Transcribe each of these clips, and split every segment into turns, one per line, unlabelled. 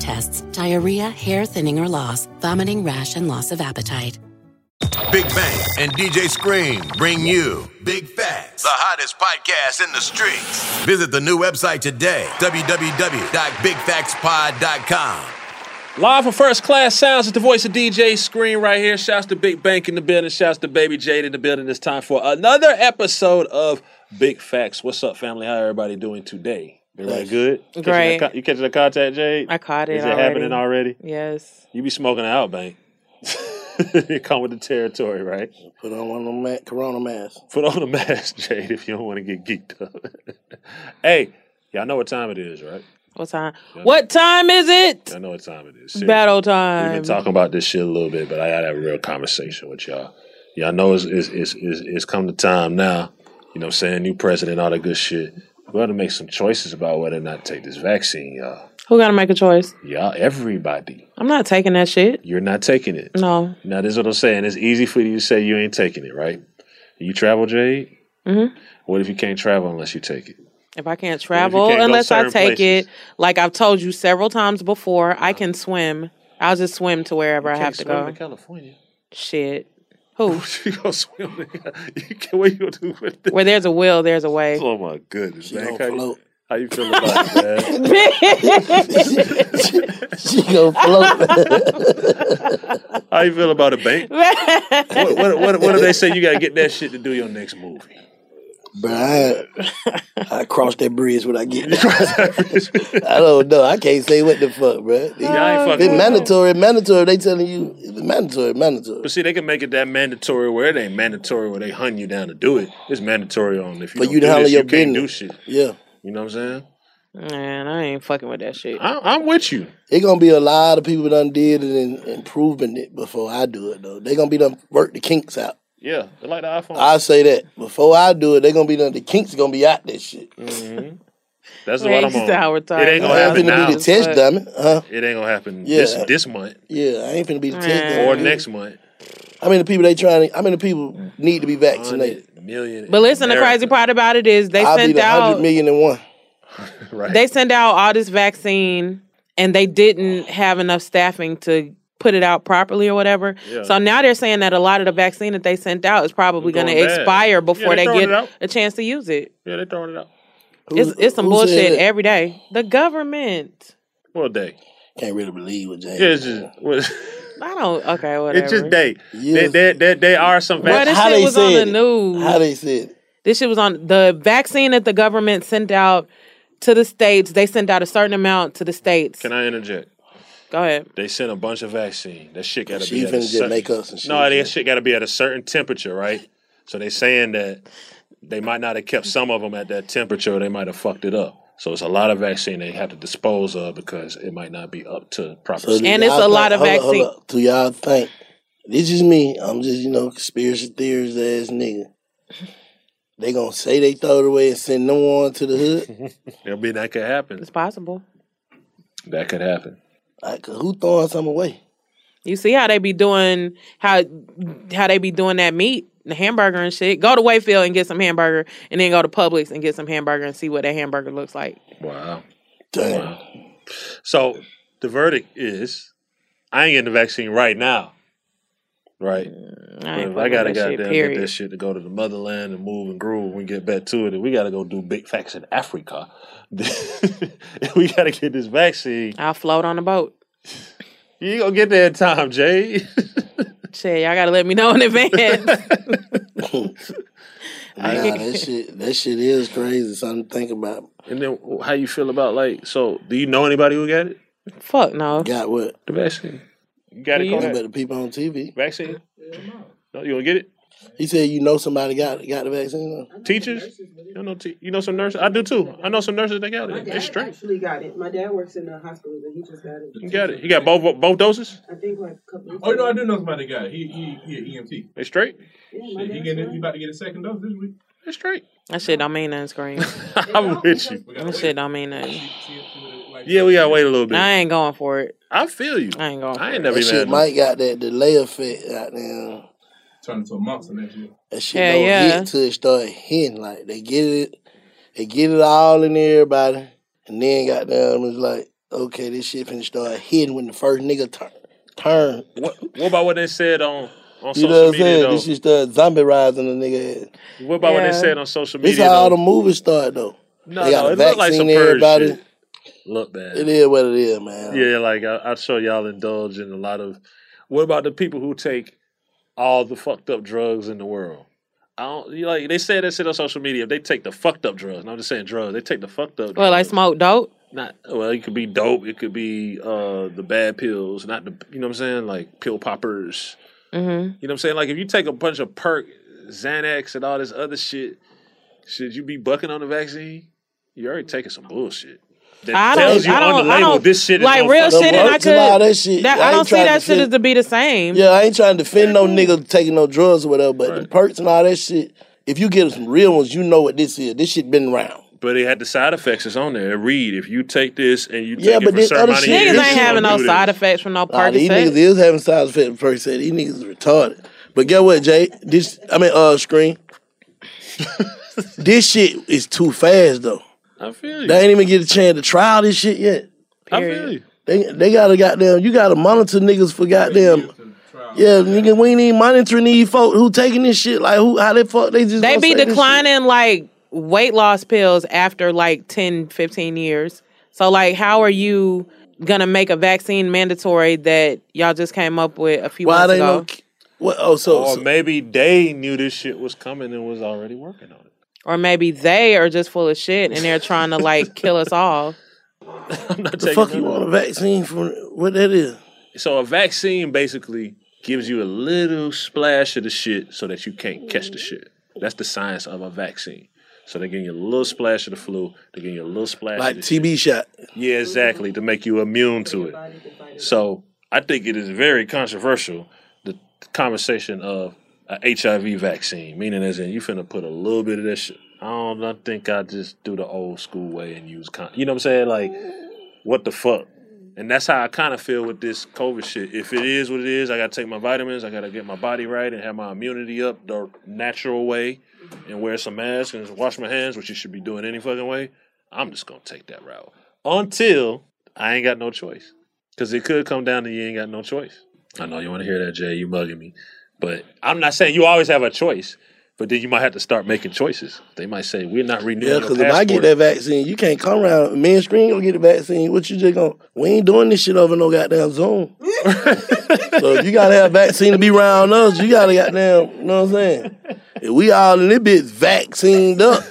tests, diarrhea, hair thinning or loss, vomiting, rash, and loss of appetite.
Big Bang and DJ Scream bring you Big Facts, the hottest podcast in the streets. Visit the new website today, www.bigfactspod.com.
Live from First Class Sounds at the voice of DJ Screen right here. Shouts to Big Bank in the building. Shouts to Baby Jade in the building. It's time for another episode of Big Facts. What's up, family? How everybody doing today? Everybody good? Catching
Great.
the co- you catching the contact, Jade?
I caught it.
Is it
already.
happening already?
Yes.
You be smoking out, Bank. it come with the territory, right?
Put on one of them ma- Corona masks.
Put on a mask, Jade, if you don't want to get geeked up. hey, y'all know what time it is, right?
What time? What time is it?
Y'all know uh, what time it is.
Battle
We've
time.
been talking about this shit a little bit, but I gotta have a real conversation with y'all. Y'all know it's it's it's, it's, it's come to time now. You know, what I'm saying new president, all that good shit. We got to make some choices about whether or not to take this vaccine, y'all.
Who got to make a choice?
Y'all, everybody,
I'm not taking that shit.
you're not taking it.
No.
Now, this is what I'm saying. It's easy for you to say you ain't taking it, right? You travel, Jade.
Mhm.
What if you can't travel unless you take it?
If I can't travel,
can't go
unless I
certain
take
places.
it, like I've told you several times before, I can swim. I'll just swim to wherever I
You
have
can't
to
swim
go.
to California.
Shit. Who?
you gonna swim? To, you can't. What you gonna do with this?
Where there's a will, there's a way.
Oh my goodness,
She
man.
gonna
How you-
float.
How you feel about it, man?
She gonna float.
How you feel about a bank? What, what, what, what do they say? You got to get that shit to do your next movie.
but I, I crossed that bridge when I get there. I don't know. I can't say what the fuck, bro.
Y'all
Oh,
ain't
It's
fucking.
mandatory, mandatory. They telling you it's mandatory, mandatory.
But see, they can make it that mandatory where it ain't mandatory where they hunt you down to do it. It's mandatory on if you
But
don't
you
do
handle
this,
your
you can't do
business.
shit.
Yeah,
You know what I'm saying?
Man, I ain't fucking with that shit.
I, I'm with you.
it gonna be a lot of people done did it and, and proven it before I do it though. They gonna be done work the kinks out.
Yeah, they like the iPhone.
I say that before I do it, they gonna be done. The kinks gonna be out this shit.
Mm-hmm. That's
Man,
what I'm
you
on.
said how we're
It
tired.
ain't gonna
I ain't
happen
finna
now.
be the test
Fuck.
dummy, huh?
It ain't gonna happen
Yeah.
this this month
Yeah, I ain't finna be the test dummy.
or next month.
How many people they trying to? How many people need to be vaccinated?
100 million. in
But listen, the
America.
crazy part about it is they
I'll be
sent
the
out
hundred million and one.
Right.
they send out all this vaccine and they didn't have enough staffing to put it out properly or whatever.
Yeah.
So now they're saying that a lot of the vaccine that they sent out is probably going to
going bad.
expire
Yeah,
before
they throwing
they
it out.
get a chance to use it.
Yeah, they throwing it out.
It's, it's some bullshit every day. The government.
What day?
Can't really believe what James.
Yeah, it's just what-
I don't. Okay, whatever.
it's just they.
Yeah.
They, they, they, they are some.
Bro, this shit was on the news.
How they said?
This shit was on the vaccine that the government sent out to the states. They sent out a certain amount to the states.
Can I interject?
Go ahead.
They sent a bunch of vaccine. That shit gotta
She
be at a
finna just
certain.
make up some shit,
no,
yeah.
that shit gotta be at a certain temperature, right? So they saying that they might not have kept some of them at that temperature. Or they might have fucked it up. So it's a lot of vaccine they have to dispose of because it might not be up to proper.
So do
And it's
y'all
a lot
think-
of
hold up, hold
vaccine.
up. Do y'all think this is me? I'm just you know conspiracy theorist ass nigga. They gonna say they throw it away and send no one to the hood.
I mean, that could happen.
It's possible.
That could happen.
Like Uh, who throwing something away?
You see how they be doing how how they be doing that meat, the hamburger and shit. Go to Wayfield and get some hamburger, and then go to Publix and get some hamburger and see what that hamburger looks like.
Wow.
Damn.
Wow. So the verdict is, I ain't getting the vaccine right now. Right.
Mm, I,
But
ain't
if I gotta
got that shit,
goddamn get
period.
that shit to go to the motherland and move and groove. We get back to it, and we gotta go do big facts in Africa. we gotta get this vaccine.
I'll float on the boat.
You ain't gonna get there in time, Jay.
Shit, y'all gotta let me know in advance.
Nah, that shit that shit is crazy. Something to think about.
and then how you feel about like? So do you know anybody who got it?
Fuck no.
Got what?
The vaccine. You got it,
Do you?
Kodak?
But the people on TV.
Vaccine. No, you gonna get it?
He said you know somebody got got the vaccine. Though.
Teachers? You know, te- you know some nurses. I do too. I know some nurses that got it. It's straight.
actually got it. My dad works in a hospital, and he just got it.
You got it. You got both both doses.
I think like a couple.
Oh, you know, I do know somebody that got it. He, he, he an EMT.
They straight.
Shit, he, getting, he about to get a second dose this week.
It's straight.
That shit don't mean nothing, scream.
I'm with you.
That shit don't mean nothing.
Yeah, we gotta wait a little bit.
I ain't going for it.
I feel you.
I ain't going.
I ain't
That
never even.
shit
had no-
might got that delay effect out there.
Turn into a monster next year.
That shit
Hell
don't
yeah.
hit till it start hitting. Like they get it, they get it all in everybody, and then goddamn it's like, okay, this shit finna start hitting when the first nigga turn. Turn.
What, what about what they said on on
You
social
know what I'm
media
saying?
though?
This shit start zombie rising the nigga head.
what about what
Yeah.
they said on social
This
media?
how all
though?
the movies start though.
no,
they got
no,
a
it looked like
vaccine
some
in
purge
everybody.
shit. Look bad.
It is what it is, man.
Yeah, like I, I'm sure y'all indulge in a lot of. What about the people who take all the fucked up drugs in the world? I don't you like they said that shit on social media. If they take the fucked up drugs, and I'm just saying drugs, they take the fucked up.
Well, like
drugs.
smoke dope.
not well, it could be dope. It could be uh the bad pills, not the you know what I'm saying, like pill poppers.
hmm
You know what I'm saying? Like if you take a bunch of perk, Xanax and all this other shit, should you be bucking on the vaccine? You already taking some bullshit. That
I don't.
tells you
I don't.
on the
I
label
don't,
this shit is
like
gonna
real
fuck
shit.
you
And
up.
I
Most of all
could.
that shit, I
I don't
ain't
see
trying
that
to
shit
fit-
as to be the same.
Yeah, I ain't trying to defend no nigga taking no drugs or whatever, but the
Right.
perks and all that shit. If you get some real ones, you know what this is. This shit been around.
But it had the side effects. It's on there. It Read if you take this and you take
Yeah,
it
but
for a
this
certain
other
amount of years,
shit-
Niggas
you
Niggas
ain't having
gonna
no
do this.
side effects from no
Nah,
party
these niggas is having side effects. The perk said these niggas is retarded. But get what, Jay? This I mean, uh, screen. this shit is too fast though.
I feel you.
They ain't even get a chance to trial this shit yet.
I feel you.
They they gotta goddamn. You gotta monitor niggas for goddamn. Yeah, nigga, we ain't even monitoring these folk who taking this shit. Like who? How the fuck they just?
They
gonna
be
say this shit?
declining like weight loss pills after like 10, 15 years. So like how are you gonna make a vaccine mandatory that y'all just came up with a few
Why
months
they
ago?
no? What? Oh, so,
Or
so
maybe they knew this shit was coming and was already working on it.
Or maybe they are just full of shit and they're trying to like kill us all.
I'm not
the
taking
fuck
none
you
of
want a vaccine from? What that is?
So a vaccine basically gives you a little splash of the shit so that you can't catch the shit. That's the science of a vaccine. So they're giving you a little splash of the flu. They're giving you a little splash
Like
of the
TB shot.
shit. Yeah, exactly. To make you immune to it. So I think it is very controversial, the conversation of a HIV vaccine, meaning as in you finna put a little bit of that shit. I don't I think I just do the old school way and use con you know what I'm saying? Like what the fuck? And that's how I kind of feel with this COVID shit. If it is what it is, I gotta take my vitamins. I gotta get my body right and have my immunity up the natural way, and wear some masks and wash my hands, which you should be doing any fucking way. I'm just gonna take that route until I ain't got no choice, because it could come down to you ain't got no choice. I know you want to hear that, Jay. You mugging me, but I'm not saying you always have a choice. But then you might have to start making choices. They might say we're not renewing.
Yeah,
your
because if I
passport."
get that vaccine, you can't come around mainstream go get the vaccine. What you just gonna? We ain't doing this shit over no goddamn Zoom. so if you gotta have vaccine to be around us, you gotta goddamn. You know what I'm saying? If we all in this bitch vaccinated up,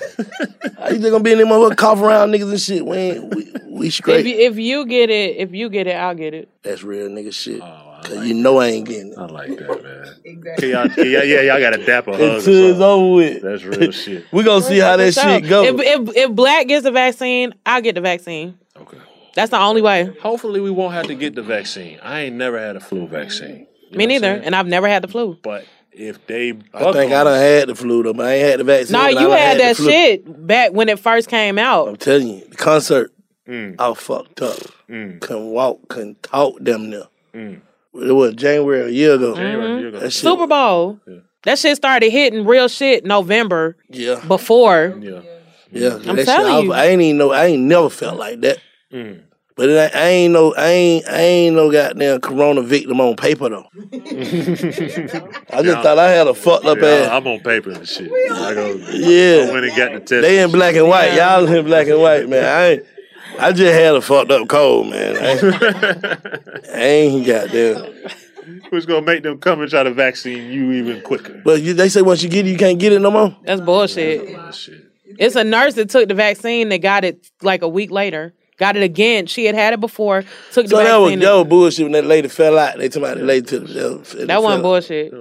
how you just gonna be in there motherfucker cough around niggas and shit? We ain't. We, we
If
straight.
you, if you get it, if you get it, I'll get it.
That's real nigga
Oh,
shit. Cause you know I ain't getting it. I
like that, man.
exactly.
Y'all- yeah, yeah, y'all got to dap a hug. or
Until it's
something.
over with.
That's real shit.
We gonna see how that shit
So,
go.
If, if if black gets the vaccine, I'll get the vaccine.
Okay.
That's the only way.
Hopefully, we won't have to get the vaccine. I ain't never had a flu vaccine.
Me neither, and I've never had the flu.
But if they,
I think I done had the flu though, but I ain't had the vaccine.
No,
but I
you
done
had,
the
that
flu.
shit back when it first came out.
I'm telling you, the concert,
Mm.
I was fucked up. Couldn't walk, couldn't talk damn near. It was January a year ago.
Mm. January, a year ago.
That shit-
Super Bowl. That shit started hitting real shit November.
Yeah.
Before.
Yeah.
Yeah,
I'm
that shit,
telling
I, was-
you.
I ain't even know. I ain't never felt like that.
Mm.
But it, ain't- I ain't no, I ain't, I ain't no goddamn corona victim on paper though. I just
Yeah.
thought I had a fucked up
Yeah,
ass.
I- I'm on paper and shit. I go,
Yeah.
I went and got the test.
They in black and white. Y'all in black and white, man. I ain't, I just had a fucked up cold, man. I ain't, I ain't got
Who's gonna make them come and try to vaccine you even quicker?
But you, they say once you get it, you can't get it no more.
That's bullshit. It's a nurse that took the vaccine that got it like a week later. Got it again. She had had it before. Took the
So that was
vaccine.
that was bullshit when that lady fell out. They took out the lady to the that, was-
that wasn't
fell out.
bullshit.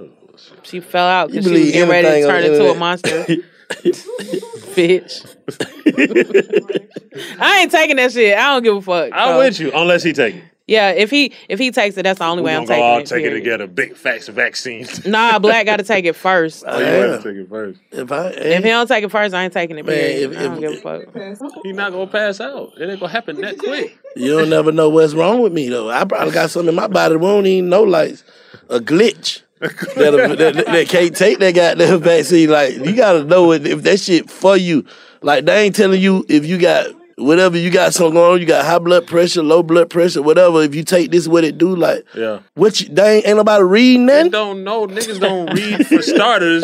She fell out
You
because she was
believe
getting ready to
anything on
turn
the
into a
internet.
monster. Bitch. I ain't taking that shit. I don't give a fuck.
I'm
So,
with you, unless he take it.
Yeah, if he if he takes it, that's the only
we
way I'm
gonna go
taking
all
it.
take it
period.
together. Big facts vaccine.
Nah, black got to take it first.
Oh, you gotta take it first.
If I
If he don't take it first, I ain't taking it.
Man,
Period.
if-
I don't
if-
give a fuck.
He not gonna pass out. It ain't gonna happen that quick.
You don't never know what's wrong with me though. I probably got something in my body that won't even know like a glitch. that, that, that can't take that goddamn vaccine. Like you gotta know it, if that shit for you. Like they ain't telling you if you got whatever you got something going on. You got high blood pressure, low blood pressure, whatever. If you take this, what it do? Like
Yeah.
what? You, they ain't, ain't nobody reading that.
They don't know. Niggas don't read for starters.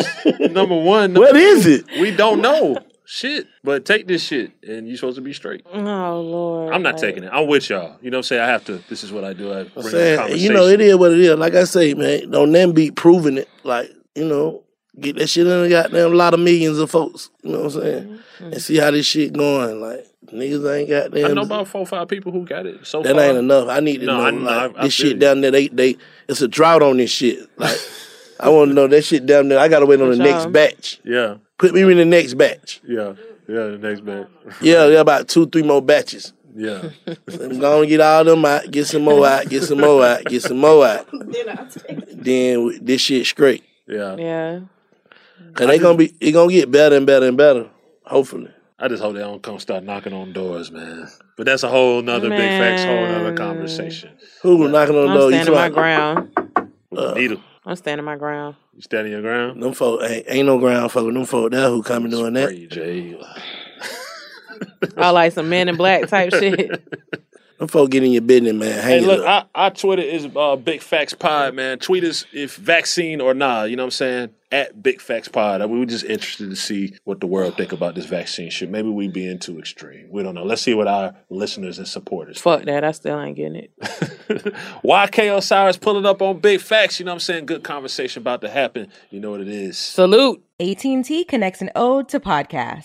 Number one.
What is it?
We don't know. Shit. But take this shit and you supposed to be straight.
Oh lord.
I'm not taking it. I'm with y'all. You know what I'm saying? I have to. This is what I do. I bring
I'm
the
saying, you
conversation.
know, it is what it is. Like I say, man, don't them be proving it. Like, you know, get that shit in the goddamn lot of millions of folks. You know what I'm saying? And see how this shit going. Like, niggas ain't goddamn.
I know about four or five people who got it so
that
far.
ain't enough. I need to
No,
know,
I know.
like,
I- I
this
feel
shit
you.
down there, they, they, it's a drought on this shit. Like, I want to know that shit down there. I got to wait on the
For
next
sure.
batch.
Yeah,
Put me in the next batch.
yeah, yeah. The next man.
Yeah, there about two, three more batches.
Yeah.
I'm gonna get all them out, get some more out, get some more out, get some more out. then we- this shit straight.
Yeah.
Yeah.
Cause they gonna be it gonna get better and better and better, hopefully.
I just hope they don't come start knocking on doors, man. But that's a whole nother big facts, whole nother conversation.
Who was knocking on the
I'm
door? You
standing my
talking-
ground.
With the needle.
I'm standing my ground.
You standing your ground?
Them folk ain't, ain't no ground folk. Them folk there who coming doing that.
Jay.
I like some men in black type shit.
Them folk get in your business, man. Hang
Hey,
it
look,
up.
I, I Twitter is uh, Big Facts Pod, man. Tweet us if vaccine or nah. uh, You know what I'm saying? At Big Facts Pod. I mean, we're just interested to see what the world think about this vaccine shit. Maybe we being too extreme. We don't know. Let's see what our listeners and supporters.
Fuck that. I still ain't getting it.
YK Osiris pulling up on Big Facts. You know what I'm saying? Good conversation about to happen. You know what it is.
Salute.
AT&T connects an ode to podcast.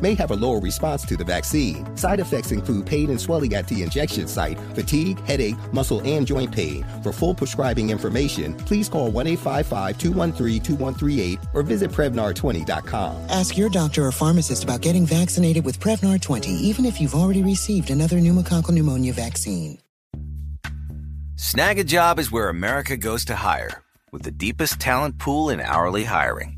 may have a lower response to the vaccine. Side effects include pain and swelling at the injection site, fatigue, headache, muscle, and joint pain. For full prescribing information, please call 1 855 213 2138 or visit Prevnar20.com.
Ask your doctor or pharmacist about getting vaccinated with Prevnar 20, even if you've already received another pneumococcal pneumonia vaccine.
Snag a job is where America goes to hire, with the deepest talent pool in hourly hiring.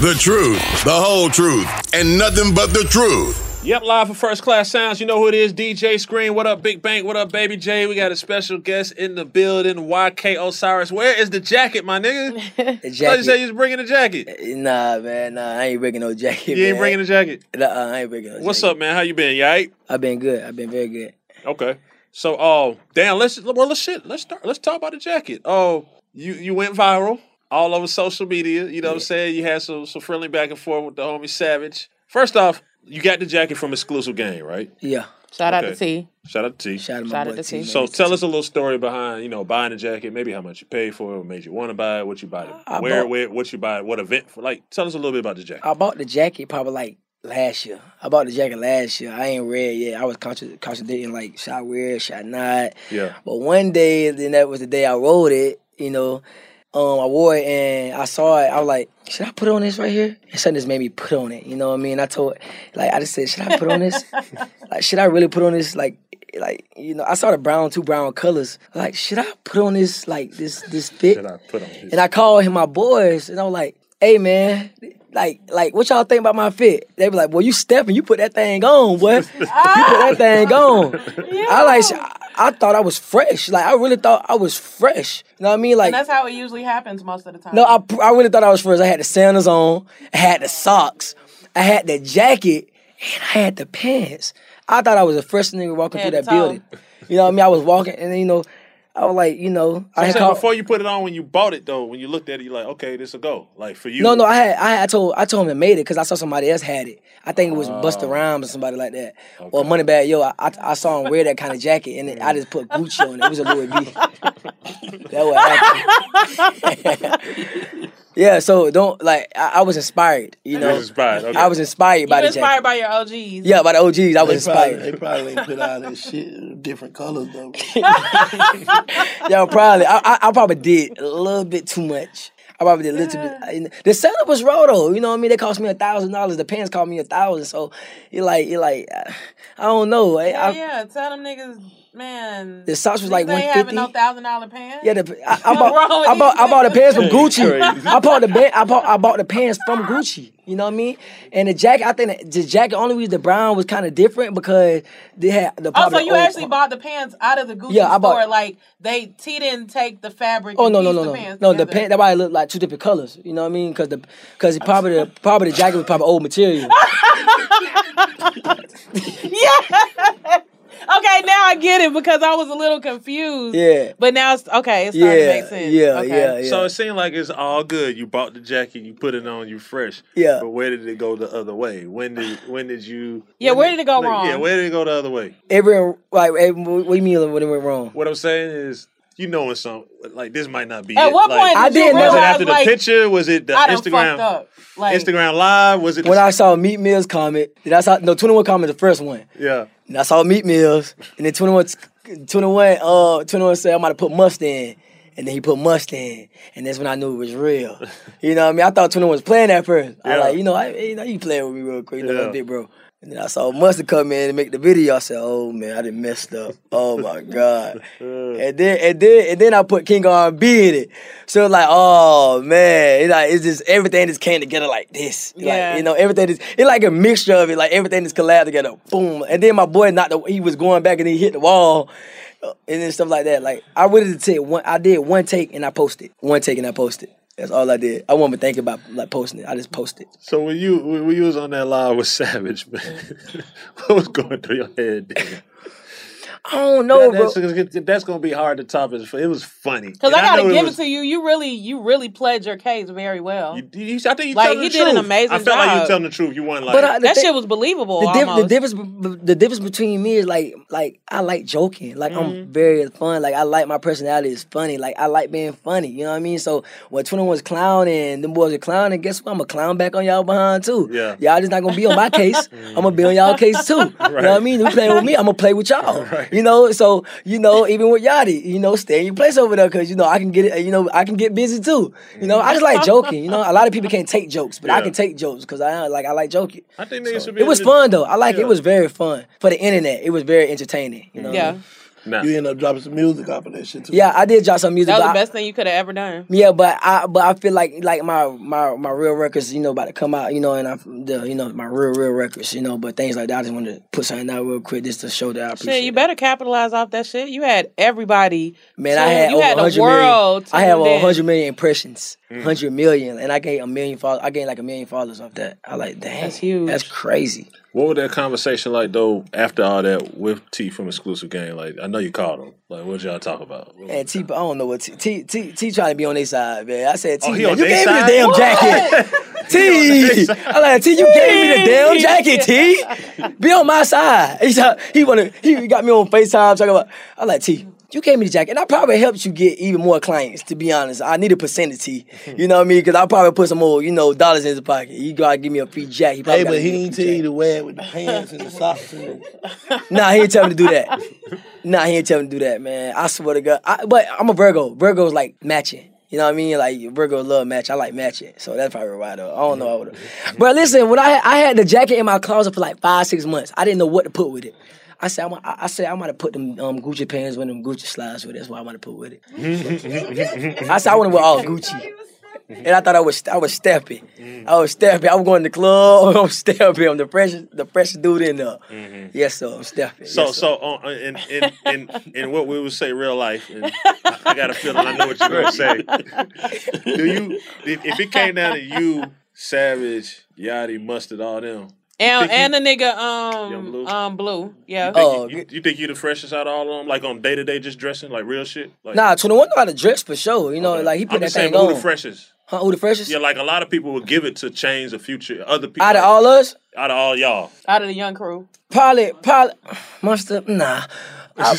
The truth, the whole truth, and nothing but the truth.
Yep, live for First Class Sounds. You know who it is, DJ Screen. What up, Big Bank? What up, Baby J? We got a special guest in the building, YK Osiris. Where is the jacket, my nigga?
The
Thought you
jacket. Eh,
said you was bringing a jacket.
Nah, man, nah, I ain't breaking no jacket. uh,
You ain't bringing a jacket.
Nah, I ain't breaking no jacket.
What's up, man? How you been? You all right?
I've been good. I've been very good.
Okay. So, uh, damn, let's well, let's shit. Let's start. Let's talk about the jacket. Oh, you you went viral all over social media. You know what I'm saying? You had some some friendly back and forth with the homie Savage. First off, you got the jacket from Exclusive Game, right?
Yeah.
Shout out
Okay.
to T.
Shout out to T. Shout
out to my Shout out boy to T, T. man.
So tell us a little story behind you know buying the jacket, maybe how much you paid for it, what made you want to buy it, what you bought
I
it, where,
bought-
where, what you buy it, what event. For. Like, tell us a little bit about the jacket.
I bought the jacket probably like last year. I bought the jacket last year. I ain't read yet. I was contra- contradicting like should I wear it, should I not?
Yeah.
But one day, then that was the day I rolled it. You know, um, I wore it and I saw it. I was like, should I put on this right here? And something just made me put on it. You know what I mean? I told, like, I just said, should I put on this? like, should I really put on this? Like, like you know, I saw the brown, two brown colors. Like, should I put on this? Like this, this fit?
Should I put on this?
And I called him my boys, and I was like, hey man. Like, like, what y'all think about my fit? They be like, "Well, you stepping, you put that thing on, boy. you put that thing on."
Ah!
I like, I, I thought I was fresh. Like, I really thought I was fresh. You know what I mean? Like,
and that's how it usually happens most of the time.
no, I, I really thought I was first. I had the sandals on, I had the socks, I had the jacket, and I had the pants. I thought I was the first nigga walking
Had
through that
the towel.
building. You know what I mean? I was walking, and then, you know, I was like, you know,
So
I
I'm
had
saying
called.
before you put it on, when you bought it though, when you looked at it, you're like, okay, this will go. Like for you,
No, no, I had, I, had, I told, I told him it made it because I saw somebody else had it. I think it was Busta Rhymes or somebody like that, or Moneybag Yo. I, I, I saw him wear that kind of jacket, and then I just put Gucci on it. It was a Louis V. that what happened. yeah, so don't like. I, I was inspired, you
You
know.
was
inspired, okay.
I was inspired by
you
the jacket.
inspired by your OGs.
Yeah, by the OGs, I was
they probably,
inspired.
They probably ain't put out that shit different colors though.
Yo, probably. I, I, I probably did a little bit too much. I probably did a little bit. I- the setup was raw though. You know what I mean? They cost me a thousand dollars. The pants cost me a thousand. So you like you like I, I don't know. I,
Yeah,
I-
yeah. Tell them niggas, man.
The socks was like
they
one
ain't having
fifty.
no thousand dollar pants.
Yeah, the, I, I
What's
bought
wrong with
I bought I bought the pants from
these
Gucci.
niggas?
I bought the ba- I bought I bought the pants from Gucci. You know what I mean? And the jacket, I think the, the jacket only reason the brown was kind of different because they had the.
Oh, so
probably
you
old-
actually bought the pants out of the Gucci
Yeah, I bought-
store? Like they T didn't take the fabric.
Oh
and
no no
piece
no
the
no
pants
no the
together.
pant that probably looked like two different colors. You know what I mean? Because the because probably the probably the jacket was probably old material.
yeah. okay, now I get it because I was a little confused.
Yeah.
But now it's okay. It's starting to make sense. okay.
So it seemed like it's all good. You bought the jacket, you put it on, you fresh.
Yeah.
But where did it go the other way? When did when did you?
Yeah,
when
where did it go
like, Yeah,
wrong?
where did it go the other way?
eh, Every like every, what do you mean when it went wrong?
What I'm saying is, you knowing some like this might not be.
At
it.
what
Like,
point did I you didn't
was it
realize,
after the
like,
picture? Was it the
I done fucked
Instagram?
up. Like,
Instagram Live was it?
When I saw Meat Mill's comment, then I saw no twenty one comment the first one.
Yeah.
And I saw Meat Mill's, and then 21, 21, uh, 21 said I might have put Mustang, and then he put Mustang, and that's when I knew it was real. You know what I mean? I thought 21 was playing at first. I
Yeah.
like, you know, I, you know, you playing with me real quick, you know,
Yeah.
that big bro. And then I saw Mustang come in and make the video. I said, oh man, I done messed up. Oh my God. and then and then and then I put King R&B in it. So it was like, oh man, it's like it's just everything just came together like this.
Yeah.
Like, you know, everything is it's like a mixture of it. Like everything is collabed together. Boom. And then my boy knocked the, he was going back and he hit the wall. uh, And then stuff like that. Like I wanted to take one I did one take and I posted. One take and I posted. That's all I did. I wasn't even thinking about like posting it. I just posted.
So when you when when you was on that live with Savage, man, what was going through your head? Then?
I don't know,
that, that's, bro. That's gonna be hard to top. It's- It was funny
Cause
And
I gotta
know
give
was-
it to you. You really, you really played your case very well.
I think you
like
telling
he
the
did an
truth.
amazing
I felt
job.
like you were telling the truth. You weren't like
But I- the
that
thing-
shit was believable.
the, diff- the
almost.
difference, b- the difference between me is like, like I like joking, like
Mm-hmm.
I'm very fun, like I like my personality is funny, like I like being funny. You know what I mean? So when Twenty One's clowning, them boys are clowning. Guess what? I'm a clown back on y'all behind too.
Yeah.
y'all just not gonna be on my case. I'm gonna be on y'all case too. You know what I mean? You playing with me, I'm gonna play with y'all. You know, so you know, even with Yachty, you know, stay in your place over there because you know I can get it. You know, I can get busy too. You know, I just like joking. You know, a lot of people can't take jokes, but I
Yeah.
can take jokes because I like I like joking.
I think niggas should be.
It was
able to-
fun though. I like it.
Yeah.
It was very fun for the internet. It was very entertaining. You know. what I mean?
You end up dropping some music off of that shit too.
Yeah, I did drop some music.
That was
but
the
I-
best thing you could have ever done.
yeah, but I but I feel like like my my my real records, you know, about to come out, you know, and I the you know my real real records, you know, but things like that. I just wanted to put something out real quick just to show that I appreciate.
Shit, you better capitalize off that shit. You had everybody.
Man, I
tuned-
had
you
over
had
100
the
million-
world.
I had
tuned
over
in.
100 million impressions, 100 million, and I gained a million followers. I gained like a million followers off that. I like, dang, that's huge. That's crazy.
What was that conversation like though? After all that, with T from Exclusive Game, like I know you called him. Like what y'all talk about?
And T, I don't know what T T T, T trying to be on their side, man. I said T,
Oh, he
man,
on
you
their
gave
side?
me the damn jacket. T, I like T, you gave me the damn jacket. T, be on my side. He said- he wanna he got me on Facetime talking about. I like T. You gave me the jacket, and I probably helped you get even more clients. To be honest, I need a percentage. T. You know what I mean? Because I probably put some more, you know, dollars in his pocket. He gotta give me a free jacket. He probably
Hey,
gotta
but
give me a free
he ain't tell you to wear it with the pants and the socks and the
nah, he ain't tell me to do that. Nah, he ain't tell me to do that, man. I swear to God. I, but I'm a Virgo. Virgo's like matching. You know what I mean? Like Virgo love match. I like matching, so that's probably why though. I don't know. I would. But listen, when I had, I had the jacket in my closet for like five six months, I didn't know what to put with it. I said I'm, I I said I might have put them um, Gucci pants with them Gucci slides with. it. That's why I want to put with it. I said I want to wear all Gucci. And I thought I was I was stepping. I was stepping. I was going to the club. I was stepping. I'm the freshest the freshest dude in there. Yes, sir. I'm stepping.
So
yes, sir.
so on, in, in in in what we would say real life, and I got a feeling I know what you're gonna say. Do you if, if it came down to you, Savage, Yachty, Mustard, all them?
And,
think you-
and the nigga um
Young Blue?
um blue yeah.
You think, oh, you, you think you the freshest out of all of them? Like on day to day, just dressing like real shit. Like,
Nah, 21 know how to dress for sure. You know, like he put
I'm
that
just
thing
saying, but
on.
who the freshest?
Huh, who the freshest?
Yeah, like a lot of people would give it to change the future. Other people
Out of all us,
out of all y'all.
out of the young crew.
probably probably Monster. Nah, I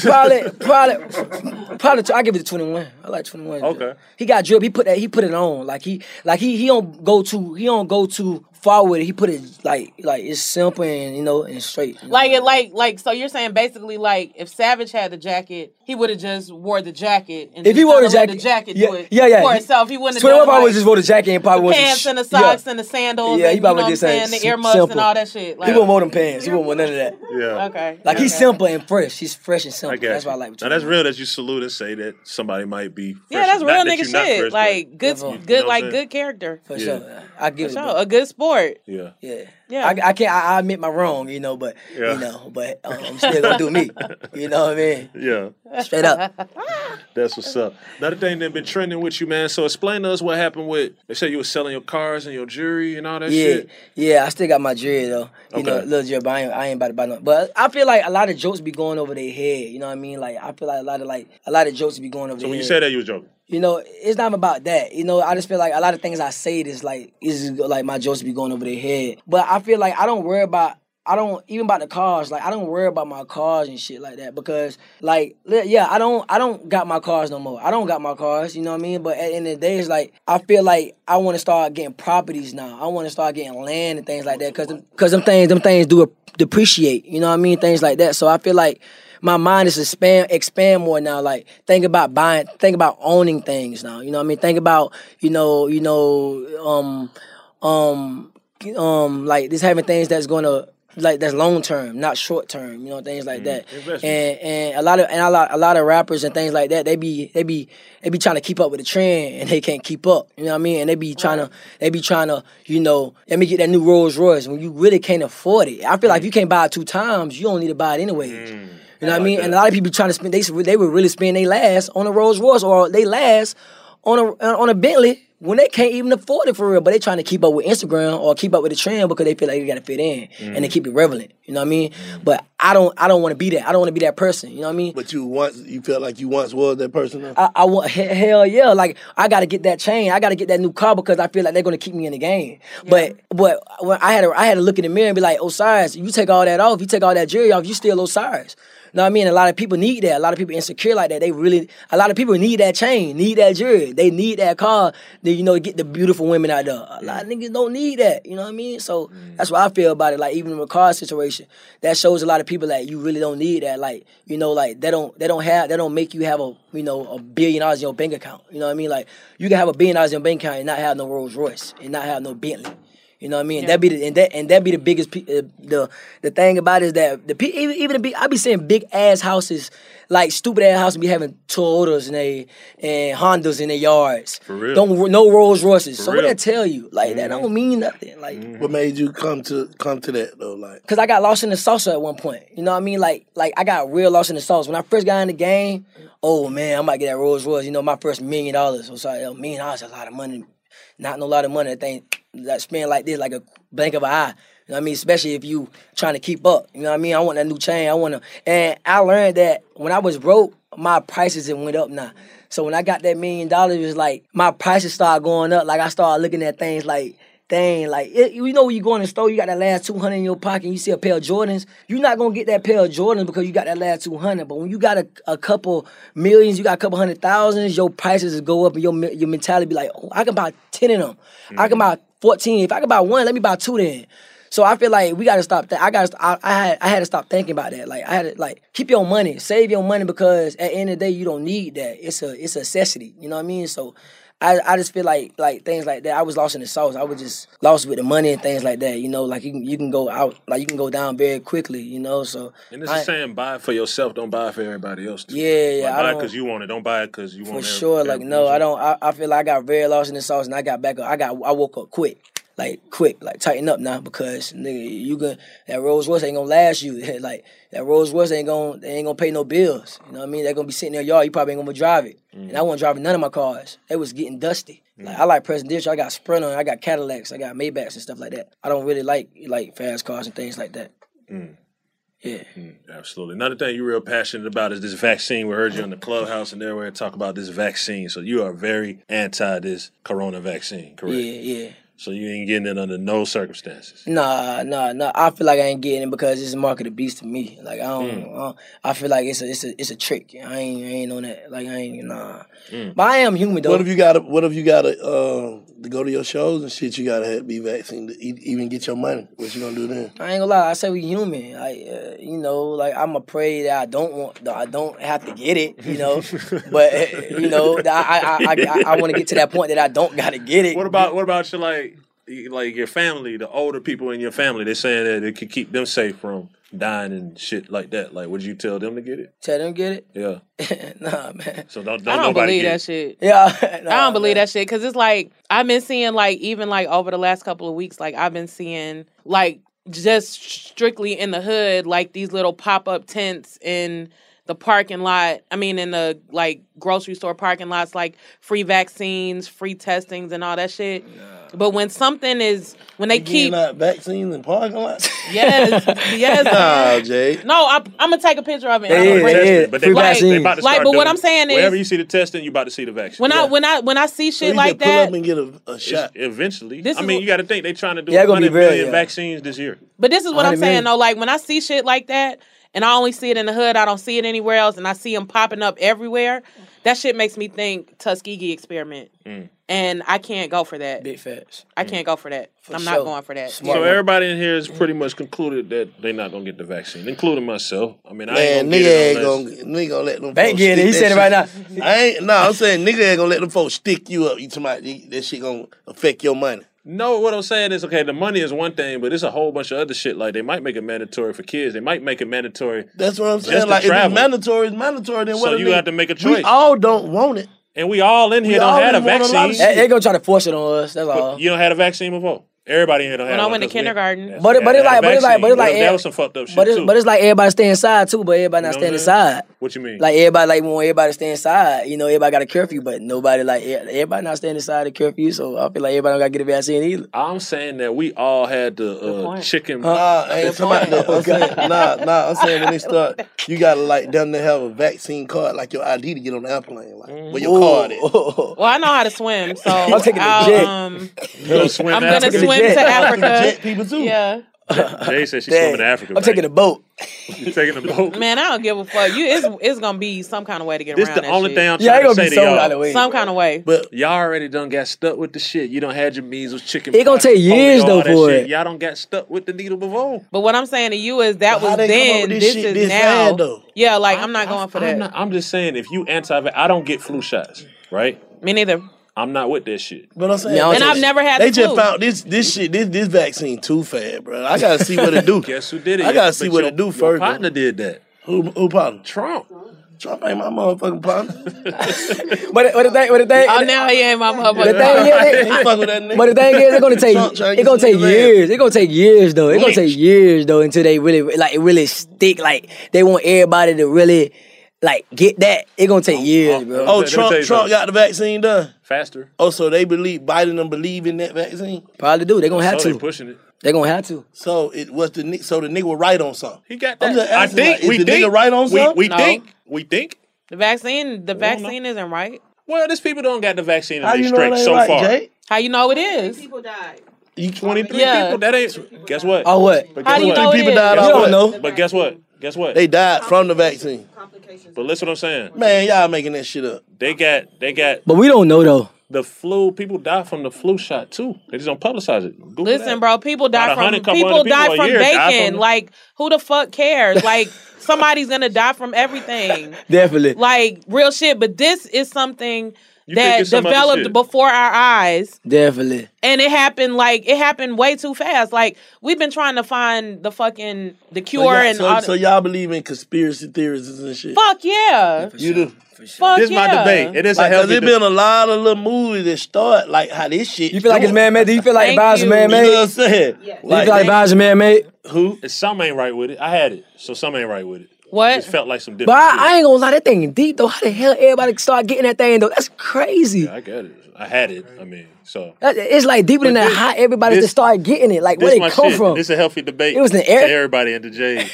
probably probably probably. tw- I give it to 21. I like 21.
Okay.
He got drip. He put that. He put it on. Like he like he he don't go too he don't go too far with it. He put it like like it's simple and you know and straight.
Like it like like so you're saying basically like if Savage had the jacket he would have just wore the jacket and
If he
just
wore the
kinda let
jacket,
the jacket
yeah,
do it
yeah, yeah.
for itself he wouldn't have
21
done
probably
like,
just wore the jacket and probably
the
wasn't
pants
sh-
and the
yeah.
socks and the sandals
Yeah,
and,
he
you know
probably
what I'm
did something
saying the
sim-
earmuffs
simple.
and all that shit
he
like
wouldn't wear them pants. He wouldn't wear none of that.
Yeah.
okay
Like he's
okay.
simple and fresh. He's fresh and simple.
I guess.
That's why I like.
Now that's real that you salute and say that somebody might be. Fresh.
yeah that's
Not
real
that
nigga
you not
shit
fresh, but-
like good
You know
good
what I'm
like
saying?
good character
For
Yeah.
sure. I give
for
it.
sure
bro.
a good sport
Yeah.
Yeah.
Yeah.
I, I can't. I, I admit my wrong, you know, but
Yeah.
you know, but um, I'm still gonna do me. You know what I mean?
Yeah.
Straight up.
That's what's up. Another thing that been trending with you, man. So explain to us what happened with. They said you were selling your cars and your jewelry and all that
yeah,
shit.
yeah. I still got my dread though. You know,
Okay.
little dread, but I ain't, I ain't about to buy no. But I feel like a lot of jokes be going over their head. You know what I mean? Like I feel like a lot of like a lot of jokes be going over.
So
their
when you
head.
said that, you was joking.
You know, it's not about that. You know, I just feel like a lot of things I say is like is like my jokes be going over their head. But I feel like I don't worry about I don't even about the cars. Like I don't worry about my cars and shit like that because like li- yeah, I don't I don't got my cars no more. I don't got my cars. You know what I mean? But at the end of the day, it's like I feel like I want to start getting properties now. I want to start getting land and things like that because because them things them things do depreciate. You know what I mean? Things like that. So I feel like my mind is expand expand more now. Like think about buying, think about owning things now. You know what I mean? Think about you know you know um um um like just having things that's gonna like that's long term, not short term. You know things like that.
Investments.
And and a lot of and a lot a lot of rappers and things like that. They be they be they be trying to keep up with the trend and they can't keep up. You know what I mean? And they be trying to they be trying to you know let me get that new Rolls Royce when you really can't afford it. I feel like if you can't buy it two times, you don't need to buy it anyways. You know what I mean? And a lot of people trying to spend they they would really spend their last on a Rolls Royce or they last on a on a Bentley when they can't even afford it for real, but they trying to keep up with Instagram or keep up with the trend because they feel like they gotta fit in and they keep it relevant. You know what I mean? But I don't I don't want to be that. I don't want to be that person. You know what I mean?
But you once you felt like you once was that person. Though?
I, I want he- hell yeah, like I gotta get that chain, I gotta get that new car because I feel like they're gonna keep me in the game. But but when I had to, I had to look in the mirror and be like, Osiris, you take all that off, you take all that jewelry off, you still Osiris. You know what I mean? A lot of people need that. A lot of people insecure like that. They really, a lot of people need that chain, need that jewelry, they need that car. To, you know, to get the beautiful women out there. A lot of niggas don't need that. You know what I mean? So that's what I feel about it. Like even the car situation, that shows a lot of people that you really don't need that. Like you know, like they don't they don't have they don't make you have a you know a billion dollars in your bank account. You know what I mean? Like you can have a billion dollars in your bank account and not have no Rolls Royce and not have no Bentley. You know what I mean? That be the, and that and that be the biggest pe- uh, the the thing about it is that the pe- even even the big I be seeing big ass houses like stupid ass houses be having Toyotas in they and Hondas in their yards.
For real.
Don't no Rolls Royces.
For
So what
real.
that tell you? Like that don't mean
Mm-hmm.
nothing. Like
What made you come to come to that though? Like
Cause I got lost in the salsa at one point. You know what I mean? Like, like I got real lost in the sauce. When I first got in the game, oh man, I might get that Rolls Royce. You know, my first million dollars. So sorry, a million dollars is a lot of money. Not no lot of money. That thing that spend like this, like a blink of an eye. You know what I mean? Especially if you trying to keep up. You know what I mean? I want that new chain. I want to. And I learned that when I was broke, my prices it went up now. So when I got that million dollars, it was like my prices started going up. Like I started looking at things like thing. Like it, you know when you go in the store, you got that last two hundred in your pocket, and you see a pair of Jordans. You're not gonna get that pair of Jordans because you got that last two hundred. But when you got a, a couple millions, you got a couple hundred thousands, your prices go up, and your me- your mentality be like, oh, I can buy ten of them. I can buy fourteen. If I can buy one, let me buy two then. So I feel like we gotta stop that. I gotta. I, I had. I had to stop thinking about that. Like I had to like keep your money, save your money because at the end of the day you don't need that. It's a. It's a necessity. You know what I mean? So I, I just feel like like things like that. I was lost in the sauce. I was just lost with the money and things like that. You know, like you can you can go out like you can go down very quickly. You know, so
And it's
I-
the saying buy it for yourself, don't buy it for everybody else. Too.
Yeah, yeah,
Like,
I
buy it
don't-
because you want it. Don't buy it because you
for
want it.
sure. Like no, I don't. I, I feel like I got very lost in the sauce and I got back up. I got I woke up quick, like quick, like tighten up now because nigga, you going that Rolls Royce ain't gonna last you. like that Rolls Royce ain't gonna they ain't gonna pay no bills. You know what I mean? They're gonna be sitting in your yard. You probably ain't gonna drive it. And I
Mm-hmm.
wasn't driving none of my cars. They was getting dusty. Like I like presidential. I got Sprinter. I got Cadillacs. I got Maybachs and stuff like that. I don't really like like fast cars and things like that.
Mm.
Yeah.
absolutely. Another thing you're real passionate about is this vaccine. We heard you in the clubhouse and everywhere talk about this vaccine. So you are very anti this corona vaccine, correct?
Yeah, yeah.
So you ain't getting it under no circumstances.
Nah, nah, nah. I feel like I ain't getting it because it's a mark of the beast to me. Like I don't,
Mm.
I, don't- I feel like it's a, it's a, it's a trick. I ain't, I ain't on that. Like I ain't, nah.
Mm.
But I am human though.
What if you got? to What if you got to uh, to go to your shows and shit? You gotta have, be vaccinated to e- even get your money. What you gonna do then?
I ain't gonna lie. I say we human. Like uh, you know, like I'm a pray that I don't want, that I don't have to get it. You know, but uh, you know, that I, I, I, I, I want to get to that point that I don't gotta get it.
What about what about your like y- like your family, the older people in your family? They're saying that it could keep them safe from dying and shit like that. Like, would you tell them to get it?
Tell them get it.
Yeah.
nah, man.
So don't, don't,
I don't
nobody
believe
get
that
it.
shit.
Yeah,
I don't believe that shit because it's like I've been seeing like even like over the last couple of weeks, like I've been seeing like just strictly in the hood, like these little pop up tents and the parking lot. I mean, in the like grocery store parking lots, like free vaccines, free testings, and all that shit. But when something is when they keep
Like vaccines and parking lots.
yes, yes.
Nah, Jay.
No, I, I'm gonna take a picture of it.
They
I'm gonna
is,
bring
they
it.
is. Free vaccines.
they about to
Like,
start
but what
doing-
I'm saying is-
wherever you see the testing, you about to see the vaccine.
When I when I when I see shit
you
like
can pull
that,
up
and get a, shot
eventually.
This
I
is
mean,
what-
you got to think they're trying to do
Yeah,
yeah,
it's gonna be
100
real,
uh,
million
yeah.
vaccines this year.
But this is what I'm
100 million.
saying though. Like when I see shit like that, and I only see it in the hood, I don't see it anywhere else, and I see them popping up everywhere. That shit makes me think Tuskegee experiment,
Mm.
and I can't go for that.
Big facts.
I can't go for that. I'm not going for that.
so everybody in here has pretty much concluded that they're not gonna get the vaccine, including myself. I mean, I ain't
Man,
gonna
nigga ain't
get it
gonna
unless-
nigga gonna let them.
They
folks
get it.
stick
He
that
said it right
shit- I ain't. No, I'm saying nigga ain't gonna let them folks stick you up. You somebody that shit gonna affect your money.
No, what I'm saying is okay. The money is one thing, but it's a whole bunch of other shit. Like they might make it mandatory for kids. They might make it mandatory.
That's what I'm
Just
saying.
to
like if
travel.
it's mandatory, it's mandatory. Then what?
So
it
you
mean?
have to make a
We
choice.
all don't want it.
And we all in here
We
don't
all
have a
didn't want a lot of
vaccine.
shit. They- they
gonna try to force it on us. That's all.
You don't have a vaccine before. Everybody in here don't
When
have.
I
one
went to
'cause we-
kindergarten,
that's-
But it- but it's
had a
like- but it's like- but it's
vaccine.
like-
that was some fucked up shit
But it's,
too.
but it's like everybody stay inside too, but everybody not
You know
staying
what I'm saying?
inside.
what you mean?
Like everybody like want everybody to stay inside. You know, everybody got a curfew, but nobody like e- everybody not staying inside the curfew. So I feel like everybody don't got to get a vaccine either.
I'm saying that we all had the uh, chicken.
Nah, hey, somebody,
Good
I'm
point.
saying, nah, nah. I'm saying when they start, you gotta like them to have a vaccine card, like your ID to get on the airplane, like where your card is.
Well, I know how to swim, so
I'm taking the
I'll,
jet.
um,
You gonna swim
I'm
to
gonna
Africa?
swim
Jet.
to
I'm taking the jet,
Africa.
people, too.
Yeah,
Jay said she's
Dang.
swimming to Africa.
I'm taking
the boat.
You taking the boat?
man, I don't give a fuck. You, it's it's gonna be some kind of way to get
This
around.
the
that
only
shit.
thing I'm Yeah, it trying to gonna be say to some y'all. kind of way,
Some kind of way.
But
y'all already done got stuck with the shit. You don't had your measles, chicken.
It gonna
pox,
take
polio,
years,
all
though,
that
for
shit.
it.
Y'all don't got stuck with the needle before.
But what I'm saying to you is
But
that
how
was
they come up
then.
with this
This,
shit
is
this
now.
bad, though?
Yeah, like I'm not going for that.
I'm, not, I'm just saying, if you anti, I don't get flu shots, right?
Me neither.
I'm not with that shit.
But I'm saying,
Yeah, I was
they-
just- And I've never had
They
the
just
flu.
found this this shit this this vaccine too fast, bro. I gotta see what it do.
Guess who did it?
I gotta
But
see what
your-
it do
your
first. though.
partner did that.
Who who partner?
Trump.
Trump ain't my motherfucking partner.
But what the thing, what the thing?
Oh, now he ain't my
The
motherfucker.
thing, yeah,
Fuck with that nigga.
they, but the thing is, it's gonna take
Trump trying to
it's gonna
get
take
some of his
years. It's gonna take years though. It's gonna take years though until they really like it really stick. Like they want everybody to really like get that. It's gonna take years, bro.
Oh, Trump Trump got the vaccine done
faster.
Oh, so they believe Biden them believe in that vaccine?
Probably do. They gonna have
So they
to.
pushing it.
They gonna have to.
So it was the ni- so the nigga was right on something.
He got
I'm just
I
asking,
think
like, is
we
the
think
nigga right on
we,
something?
we
No.
think we think.
The vaccine, the vaccine isn't right.
Well, these people don't got the vaccine in
How
their
you know
strength
it ain't
so
right,
far.
Jay? How you know it is? People died.
You
23
Yeah.
people. That ain't. Guess what?
Oh, what?
But
How
guess
do you
what?
know it People is? died
Guess
off
what?
what? The
But guess what? Guess what?
They died from the vaccine.
But listen what I'm saying.
Man, y'all making that shit up.
They got. They got
But we don't know though.
the flu. People die from the flu shot too. They just don't publicize it. Google
Listen,
that.
bro, people die
About a
from
hundred,
people,
couple hundred people
die
a
from
year die
bacon.
from-
like who the fuck cares? Like somebody's gonna die from everything.
Definitely.
Like real shit. But this is something
You think
that
it's some other
developed
shit.
before our eyes.
Definitely.
And it happened like it happened way too fast. Like we've been trying to find the fucking the
So
cure
y'all-
and
so,
all
so
the,
y'all believe in conspiracy theories and shit?
fuck yeah.
You do.
Fuck yeah.
like, 'cause it
de-
been a lot of little movies that start like how this shit. You
feel like it's man-made? Do you feel like Thank Bowser you. man-made?
You know what I'm saying?
You feel like Biden man made?
Who? Some ain't right with it. I had it, so some ain't right with it.
What?
It felt like some
But
different. shit.
I, I ain't gonna lie, that thing deep though. How the hell everybody start getting that thing though? That's crazy.
I get it. I had it. I mean, so.
That- Uh, It's like deeper than
But
that.
this-
How everybody
this-
just started getting it? Like
this
where they
my
come
shit.
from?
This a healthy debate.
It was in the
to
air.
everybody in the Jade.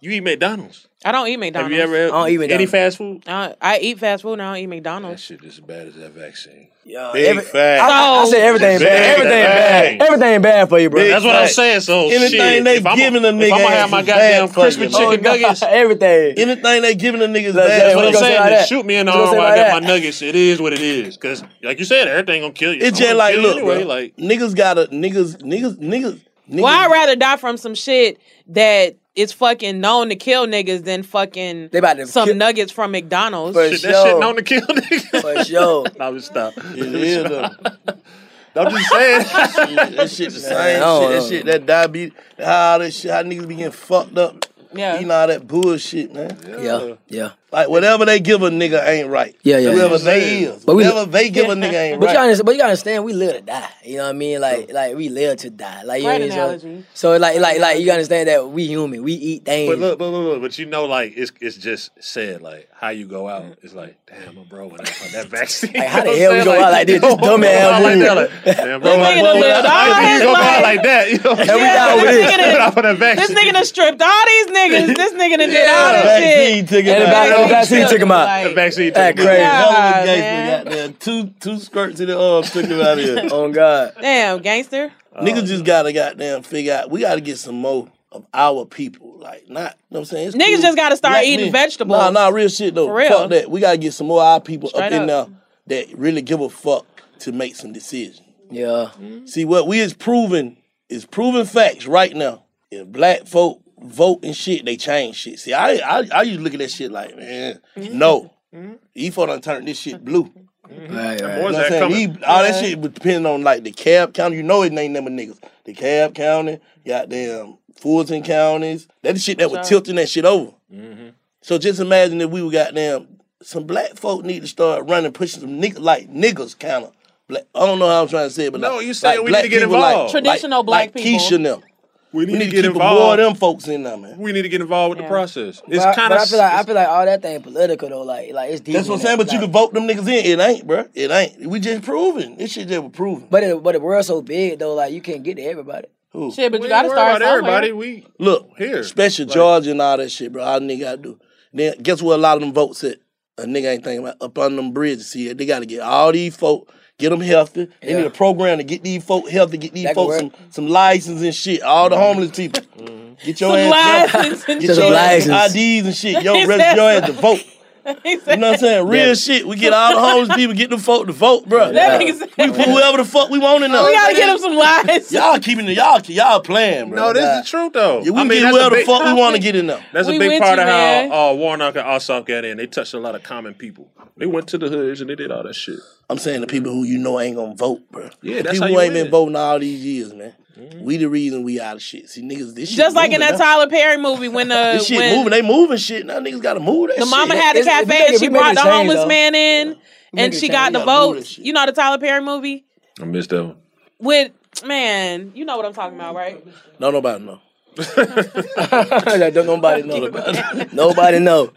You eat McDonald's.
I don't eat McDonald's.
Have you ever?
I don't eat
Any
McDonald's.
fast food?
I, I eat fast food and I don't eat McDonald's.
Shit is as bad as that vaccine.
Yeah,
Big
every-
fact.
I, I- I said everything
Big
bad. Everything bad.
fact.
Everything bad for you, bro.
Big That's what I'm fact. saying, so Anything shit, they if I'ma- giving a if nigga I'ma have ass my is bad goddamn for crispy you, chicken bro. nuggets-
everything.
Anything they giving a niggas
That's,
bad.
what
for.
I'm saying. Just shoot me in the
What you
arm
gonna
while
say
I
about
got
that?
my nuggets. It is what it is. Because, like you said, everything gonna kill you.
It's
I'm
just
gonna
like
kill you
look,
anyway.
bro.
Like
niggas gotta niggas niggas niggas niggas.
Well, I'd rather die from some shit that is fucking known to kill niggas than fucking
they about to
some nuggets from McDonald's.
For Shit, that shit sure. known
to kill niggas.
For sure.
no, just stop.
It is though.
I'm just saying.
that shit the same
Man, I don't
shit.
know.
That shit, that diabetes, how all that shit, how niggas be getting fucked up.
Yeah.
Eating all that bullshit, man.
Yeah, yeah.
Like whatever they give a nigga ain't right.
Yeah, yeah.
Whoever
Yes,
they
sir.
is,
But we-
whatever they give a nigga ain't
But you,
right.
understand, but you understand, we live to die. You know what I mean? Like, like we live to die. Like, you
Great
know what I mean? So- So,
analogy.
like, like, like, you understand that we human. We eat things.
But look, but look, look, but you know, like it's it's just said, like how you go out. It's like, damn, my bro, when I got that vaccine,
Like, how
You know
the hell we
what I'm
go
saying?
out like this?
you
This
don't
dumb
go
ass
out like
nigga.
that, like, damn, bro,
This
my
nigga
bro,
done
when I-
lived
I
all
used to
his
go out
life.
like that. You know, what I'm
Every
saying?
time with this.
When I put that
This
vaccine.
nigga done stripped all these niggas. This nigga done did all this
Vaccine
shit.
took him
And the
out.
vaccine- the vaccine took him out.
vaccine
The
took him out. crazy.
Hell of a gangster
Yeah,
goddamn. Two two skirts in the arm took him out of here.
Oh God.
Damn, gangster. Uh,
Niggas just gotta goddamn figure out. We gotta get some more of our people. Like not, you know what I'm saying? It's
Niggas
cool.
just gotta start
Black
eating
men-
vegetables.
Nah, nah, real shit though.
For real.
Fuck that. We gotta get some more of our people
Straight
up in there
up.
that really give a fuck to make some decisions.
Yeah.
Mm-hmm.
See what we is proving is proven facts right now. If black folk vote and shit, they change shit. See, I I, I used to look at that shit like, man,
Mm-hmm.
no. These folk done turned this shit blue.
Right,
You
right.
know what I'm saying? These- all that shit was depending on like the cab county. You know it ain't number niggas. The cab county, goddamn Fulton counties. That the shit that was
Sure.
tilting that shit over.
Mm-hmm.
So just imagine if we were goddamn some black folk need to start running, pushing some niggas like niggas kind of. Black, I don't know how I'm trying to say it, but
No,
like,
you saying
like
we need to get
people like-
involved.
like-
Traditional
like
black people.
Keisha and them.
We
need, to
get
keep more of
involved.
them folks in there, man.
We need to get involved with the process. It's
But I-
kind
but
of.
I feel like I feel like all that thing political though. Like, like it's deep.
That's what I'm
in
saying.
that.
But you
Like,
can vote them niggas in. It ain't, bruh. It ain't. We just proving. This shit just was proven.
But it, but the world's so big though. Like, you can't get to everybody.
Who?
Shit, but
We
you
ain't
gotta
worried
start
about everybody.
somewhere.
We
Look,
Here.
special
Like-
Georgia and all that shit, bro. All a nigga gotta do. Then guess what? A lot of them votes at a nigga ain't thinking about up on them bridges. See, they gotta get all these folk, get them healthy. They
Yeah.
need a program to get these folk healthy, get these
That could work.
folks some some license and shit. All
Mm-hmm.
the homeless people, get your
Some
ass healthy.
license and
get
Just
your
a
ass
license.
IDs and shit. Yo,
He
rest
said
your ass to vote.
He
You know what I'm
said-
saying? Real shit. We get all the homeless people, get them folk to vote, bro.
That nigga said-
We put whoever the fuck we want in there.
We gotta get him some lies.
Y'all keeping the y'all y'all playing, bro.
no, this is the truth though.
Yeah, we
I mean,
get
that's a
where the
big,
fuck we want to get in there.
That's
We
a big
with
part
you,
of
man.
how uh, Warnock and Ossoff got in. They touched a lot of common people. They went to the hoods and they did all that shit.
I'm saying the people who you know ain't gonna vote, bro.
Yeah,
The
that's
people
how you
who ain't
win. Mm-hmm.
been voting all these years, man. We the reason we out of shit. See, niggas, this shit
Just like in that
moving now.
Tyler Perry movie when the
This shit
when
moving. They moving shit now. Niggas gotta move that.
the
shit.
mama had a
It's- if we
cafe
make
and
it-
she
we make
brought
it
the
change,
homeless
though.
man in
We
and
make it
she
change.
got the
We gotta move that
votes.
shit.
You know the Tyler Perry movie
I missed that one.
with man, you know what I'm talking about, right?
No, nobody know.
Like, don't nobody know. nobody know.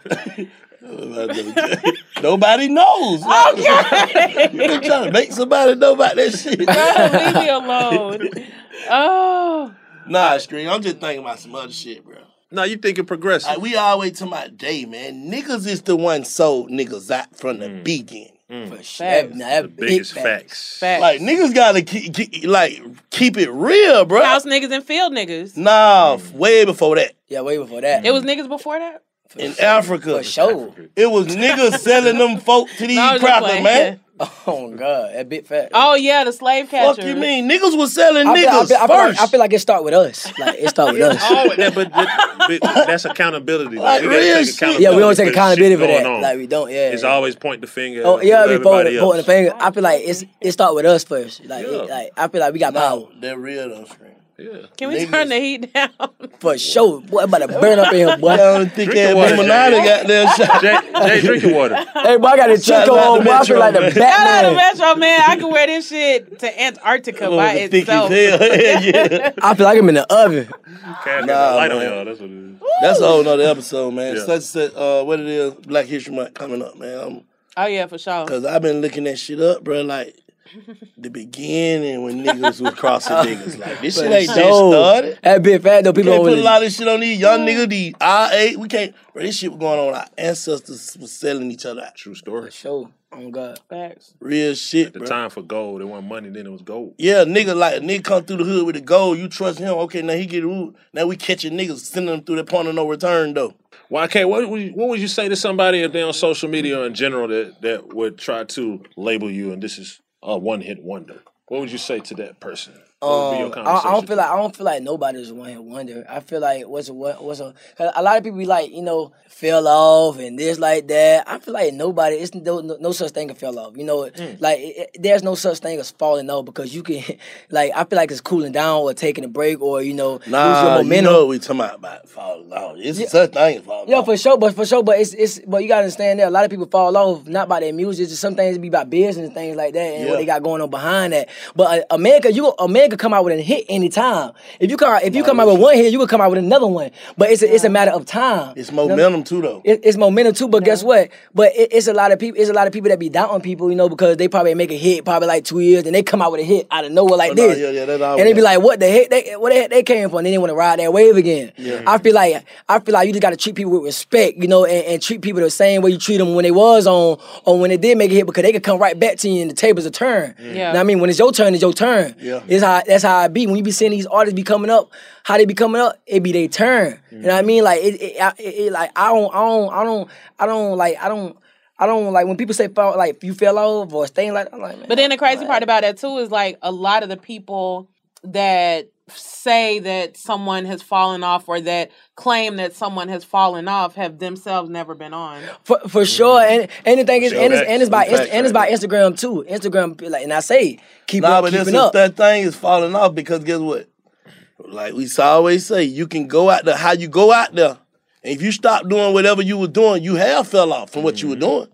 nobody knows.
Okay,
I'm trying to make somebody know about that shit.
leave me alone. Oh,
nah, screen. I'm just thinking about some other shit, bro.
No, you think it progressive?
Like we always talking about day, man. Niggas is the one sold niggas out from the beginning.
For sure. That, now, that
Mm. the biggest
big
facts.
facts.
Like niggas gotta keep, like keep it real, bro.
house niggas and field niggas.
Mm.
Nah, f- way before that.
Yeah, way before that.
It was niggas before that.
In Africa.
for sure.
It was niggas selling them folk to these
No, I was just
crackers,
playing.
man.
Oh God, that big fat.
Oh yeah, the slave catcher.
Fuck you mean? Niggas was selling
I feel, I,
niggas
feel, I, feel like,
first.
I feel like it start with us. Like it start with us.
Oh, that, but, but- but that's accountability. though.
Like
we gotta
real
take
shit.
accountability
Yeah, we don't take
for the
accountability
shit
for that.
going on.
Like we don't. Yeah.
It's
yeah.
always point the finger.
Oh yeah, we
everybody
pointing
else.
the finger. I feel like it's it start with us first. Like, it-
Yeah.
like I feel like we got power
no, they're real though, screen.
Yeah.
Can we
niggas-
turn the heat down?
for sure. Boy, I'm about to burn up in here, boy.
Down thick
Drink
ass
the water,
Limonada
Jay.
got that shot.
Jay, Jay drinking water.
hey, boy, I got a
Shout
Chico
out to
on. Boy, I feel
Metro,
like
man.
the
Shout out
Batman.
to Metro man. I can wear this shit to Antarctica by
Motherfucker Oh, Thick
itself.
as hell. Yeah, yeah.
I feel like I'm in the oven.
Cash
Nah,
nah, light on
man.
y'all. That's what it is.
That's a whole nother episode, man.
Yeah.
Such and such, uh, what it is, Black History Month coming up, man. I'm-
Oh yeah, for sure.
Cause I've been looking that shit up, bro. Like the beginning when niggas was crossing niggas, like this shit ain't just
No.
started.
That big fat though.
We
People
can't
don't
put a
really.
lot of this shit on these young niggas, these I eight. We can't. Bro, this shit was going on. Our ancestors was selling each other out.
True story.
Show. Oh God.
Facts.
Real shit,
The
bro.
time for gold. It wasn't money. Then it was gold.
Yeah, nigga, like a nigga come through the hood with the gold. You trust him? Okay, now he get rude. Now we catching niggas, sending them through that point of no return though.
Why can't? What would you, what would you say to somebody if they're on social media or in general that that would try to label you and this is a one hit wonder? What would you say to that person? What would be your
Um, I, I don't
conversation?
feel like I don't feel like nobody's one hit wonder. I feel like what's a what what's a cause a lot of people be like you know fell off and this like that. I feel like nobody. It's no, no, no such thing as fell off. You know,
Mm.
like it, it- there's no such thing as falling off because you can like I feel like it's cooling down or taking a break or you know lose your
Nah,
momentum.
you know what we talking about, about falling off. It's
Yeah.
such thing falling
Yeah, for sure, but for sure, but it's it's but you gotta understand that a lot of people fall off not by their music, just some things be about business and things like that and what
Yeah.
they got going on behind that. But uh, America, you America come out with a hit anytime. If you come out- if you come out with one hit, you will come out with another one. But it's a, it's a matter of time.
It's momentum too, though.
It, it's momentum too, but guess what? But it, it's a lot of people. It's a lot of people that be down on people, you know, because they probably make a hit probably like two years, and they come out with a hit out of nowhere like
Oh, no,
this,
yeah, yeah, that's
and they be
always-
like, "What the heck? They, what the heck they came from?" And they want to ride that wave again.
Yeah.
I feel like I feel like you just gotta treat people with respect, you know, and, and treat people the same way you treat them when they was on or when they did make a hit, because they could come right back to you and the tables a turn. Know
Yeah.
what I mean, when it's your turn, it's your turn.
Yeah.
It's how that's how it be. When you be seeing these artists be coming up, how they be coming up, it be their turn. You
Mm-hmm.
know what I mean? Like it, it, I- it, it like I don't, I don't, I don't, I don't like I don't, I don't like when people say fall, like you fell off or staying like, I'm like, man,
But then the crazy part about that too is like a lot of the people that say that someone has fallen off or that claim that someone has fallen off have themselves never been on.
For,
Mm-hmm.
for sure, and and the thing is,
Sure,
and it's,
that's
and it's by
some
Insta, and it's by Instagram too. Instagram, like, and I say, keep
nah,
up,
but this
keeping
is
up.
that thing is falling off because guess what? Like we always say, you can go out there how you go out there. And if you stop doing whatever you were doing, you have fell off from what you were doing.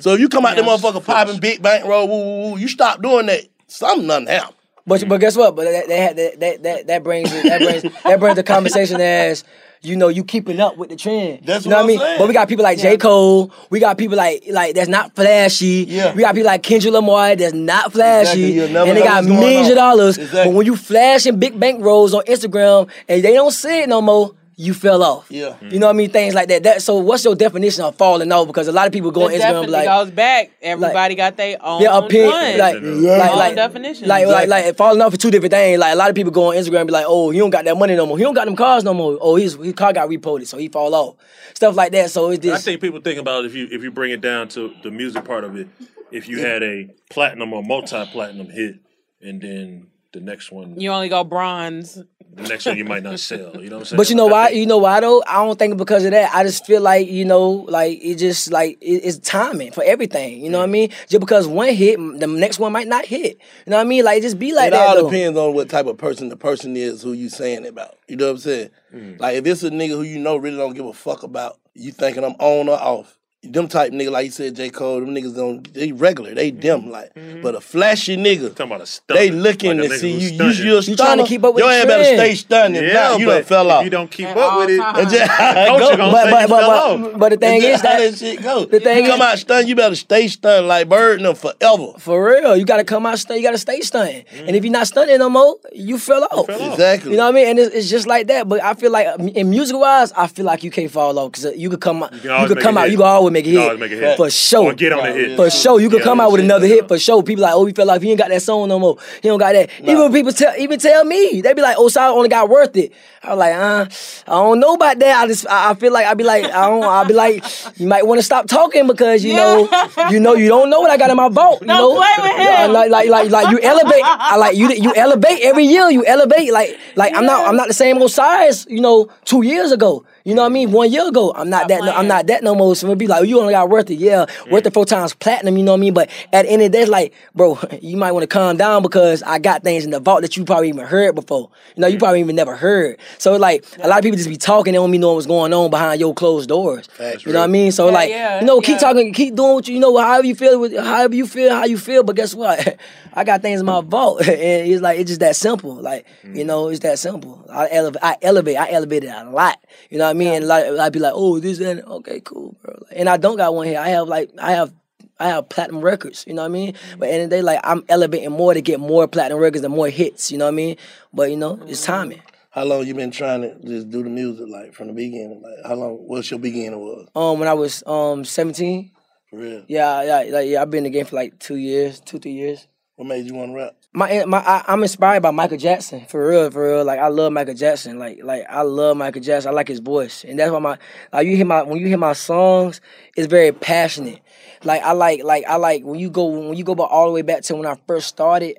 So if you come out there, motherfucker popping big bank roll, woo, woo, woo, you stop doing that, something done happened.
But but guess what? But that that that that, that, that brings it- that brings that brings the conversation as you know you keeping up with the trend. That's you know what,
what I'm
I mean.
saying.
But we got people like
Yeah.
J Cole. We got people like like that's not flashy. Yeah. We got people like Kendrick Lamar that's not
Exactly,
flashy,
you'll never
and they
know
got
what's going
millions of
on.
dollars. But when you flashing big bank rolls on Instagram and they don't see it no more. You fell off.
Yeah.
You know what I mean? Things like that. That so what's your definition of falling off? Because a lot of people go on
it
Instagram
definitely
like
goes back. Everybody got their own
yeah, opinion,
one.
like, like,
Their own
like,
definition.
like, like, like, falling off is two different things. Like, a lot of people go on Instagram and be like, "Oh, he don't got that money no more. He don't got them cars no more. Oh, his his car got repoed, so he fall off." Stuff like that. So it's
I
just
think people think about if you if you bring it down to the music part of it, if you had a platinum or multi platinum hit, and then the next one,
you only go bronze.
the next one you might not sell. You know what I'm saying?
But you know why? You know why though? I don't think because of that. I just feel like you know, like it just like it, it's timing for everything. You know what I mean? Just because one hit, the next one might not hit. You know what I mean? Like it just be like
it
that.
all
though.
depends on what type of person the person is who you saying it about. You know what I'm saying?
Mm.
Like if it's a nigga who you know really don't give a fuck about, you thinking I'm on or off. Them type nigga, like you said, J. Cole, them niggas don't they regular, they dim like. But a flashy nigga, talking
Mm-hmm. about a
they looking
like a
to
nigga
see
who's
you. You, you're a
stunting. You trying
stunner.
to keep up with
Your
the
ass better
trend.
stay stunning.
Yeah,
Yeah, you done
but
fell
if
off.
you don't keep At up all with it, times.
Just-
the coach
go,
gonna
but,
say
but,
you
but,
fell
but-
off.
but the thing
that's
is
how
that-
that shit go.
the thing
you come
is-
out stunned, you better stay stunned like bird them forever.
For real, you gotta come out. Stun- you gotta stay stunting. And if you're not stunting no more, you fell off.
off. Exactly.
You know what I mean? And it's, it's just like that. But I feel like um, in music wise, I feel like you can't fall off because you could come out. You,
can always
could
make
come
a
out.
hit.
You can always make a
You can
hit.
always make a hit.
for sure.
Or get on a hit.
for sure. You could
Yeah,
come out with
shit.
another hit for sure. People like, oh, he fell off. He ain't got that song no more. He don't got that. Even people tell, even tell me, they be like, oh, Osai only got worth it. I was like, uh, I don't know about that. I just, I, I feel like I be like, I don't, I be like, you might want to stop talking because you know, you know, you don't know what I got in my vault. You know,
play with
Yeah,
him.
like, like, like, like you elevate. I like you. You elevate every year. You elevate. Like, like I'm not, I'm not the same old size. You know, two years ago. You know what I mean? One year ago, I'm not that. No, I'm not that no more. So it'd be like, oh, you only got worth it. Yeah, worth it four times platinum. You know what I mean? But at the end of the day, it's like, bro, you might want to calm down because I got things in the vault that you probably even heard before. You know, you probably even never heard. So it's like a lot of people just be talking. They don't be knowing what's going on behind your closed doors. you know what I mean? So
Yeah,
like,
yeah,
you know, keep talking, keep doing what you, you know, however you feel, with, however you feel, how you feel. But guess what? I got things in my vault, and it's like it's just that simple. Like you know, it's that simple. I elevate, I elevate, I elevated a lot. You know what I mean? And like, I'd be like, oh, this and okay, cool, bro. And I don't got one here. I have like, I have. I have platinum records, you know what I mean? But end of the day, like I'm elevating more to get more platinum records and more hits, you know what I mean? But you know, it's
Mm-hmm.
timing.
How long you been trying to just do the music like from the beginning? Like how long? What's your beginning was?
Um, when I was um 17,
For real.
yeah, yeah, like, yeah, I've been in the game for like two years, two three years.
What made you want to rap?
My my I, I'm inspired by Michael Jackson for real for real like I love Michael Jackson like like I love Michael Jackson I like his voice and that's why my like you hear my when you hear my songs it's very passionate like I like like I like when you go when you go back all the way back to when I first started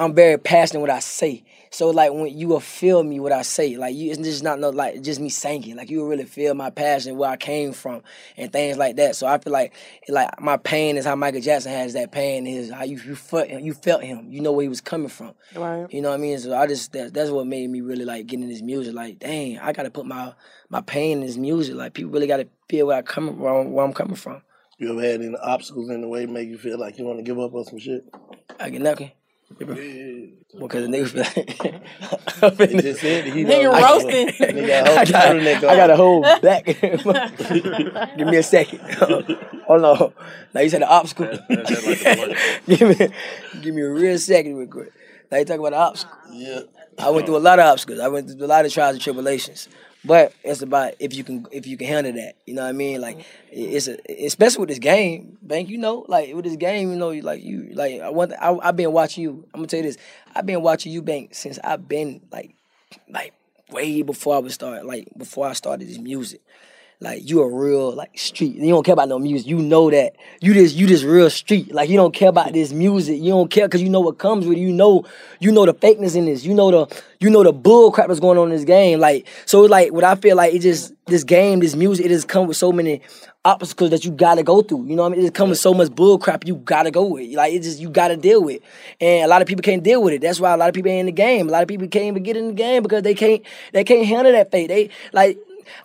I'm very passionate what I say. So like when you will feel me what I say, like you it's just not no like just me singing. Like you will really feel my passion where I came from and things like that. So I feel like like my pain is how Michael Jackson has that pain is how you you felt you felt him. You know where he was coming from.
Right.
You know what I mean? So I just that, that's what made me really like getting this music. Like, dang, I gotta put my my pain in this music. Like people really gotta feel where I come where I'm, where I'm coming from.
You ever had any obstacles in the way make you feel like you want to give up on some shit?
I get nothing. Because the niggas be like,
He just said that he Nigga don't- roasting. Nigga,
I
hold
got,
turtleneck
I got a
on.
whole back. Give me a second. Hold on. Now you said the obstacle. give me, give me a real second, real quick. Now you talking about the obstacle.
Yeah.
I went through a lot of obstacles. I went through a lot of trials and tribulations. But it's about if you can if you can handle that. You know what I mean? Like it's a, especially with this game, Bank. You know, like with this game, you know, you like you like I want. I, I've been watching you. I'm gonna tell you this. I've been watching you, Bank, since I've been like like way before I was start like before I started this music. Like you a real like street. You don't care about no music. You know that. You just you just real street. Like you don't care about this music. You don't care because you know what comes with it. You know you know the fakeness in this. You know the you know the bull crap that's going on in this game. Like so it's like what I feel like it just this game, this music, it just come with so many obstacles that you gotta go through. You know what I mean? It just come with so much bull crap you gotta go with. Like it just you gotta deal with. And a lot of people can't deal with it. That's why a lot of people ain't in the game. A lot of people can't even get in the game because they can't they can't handle that fate. They like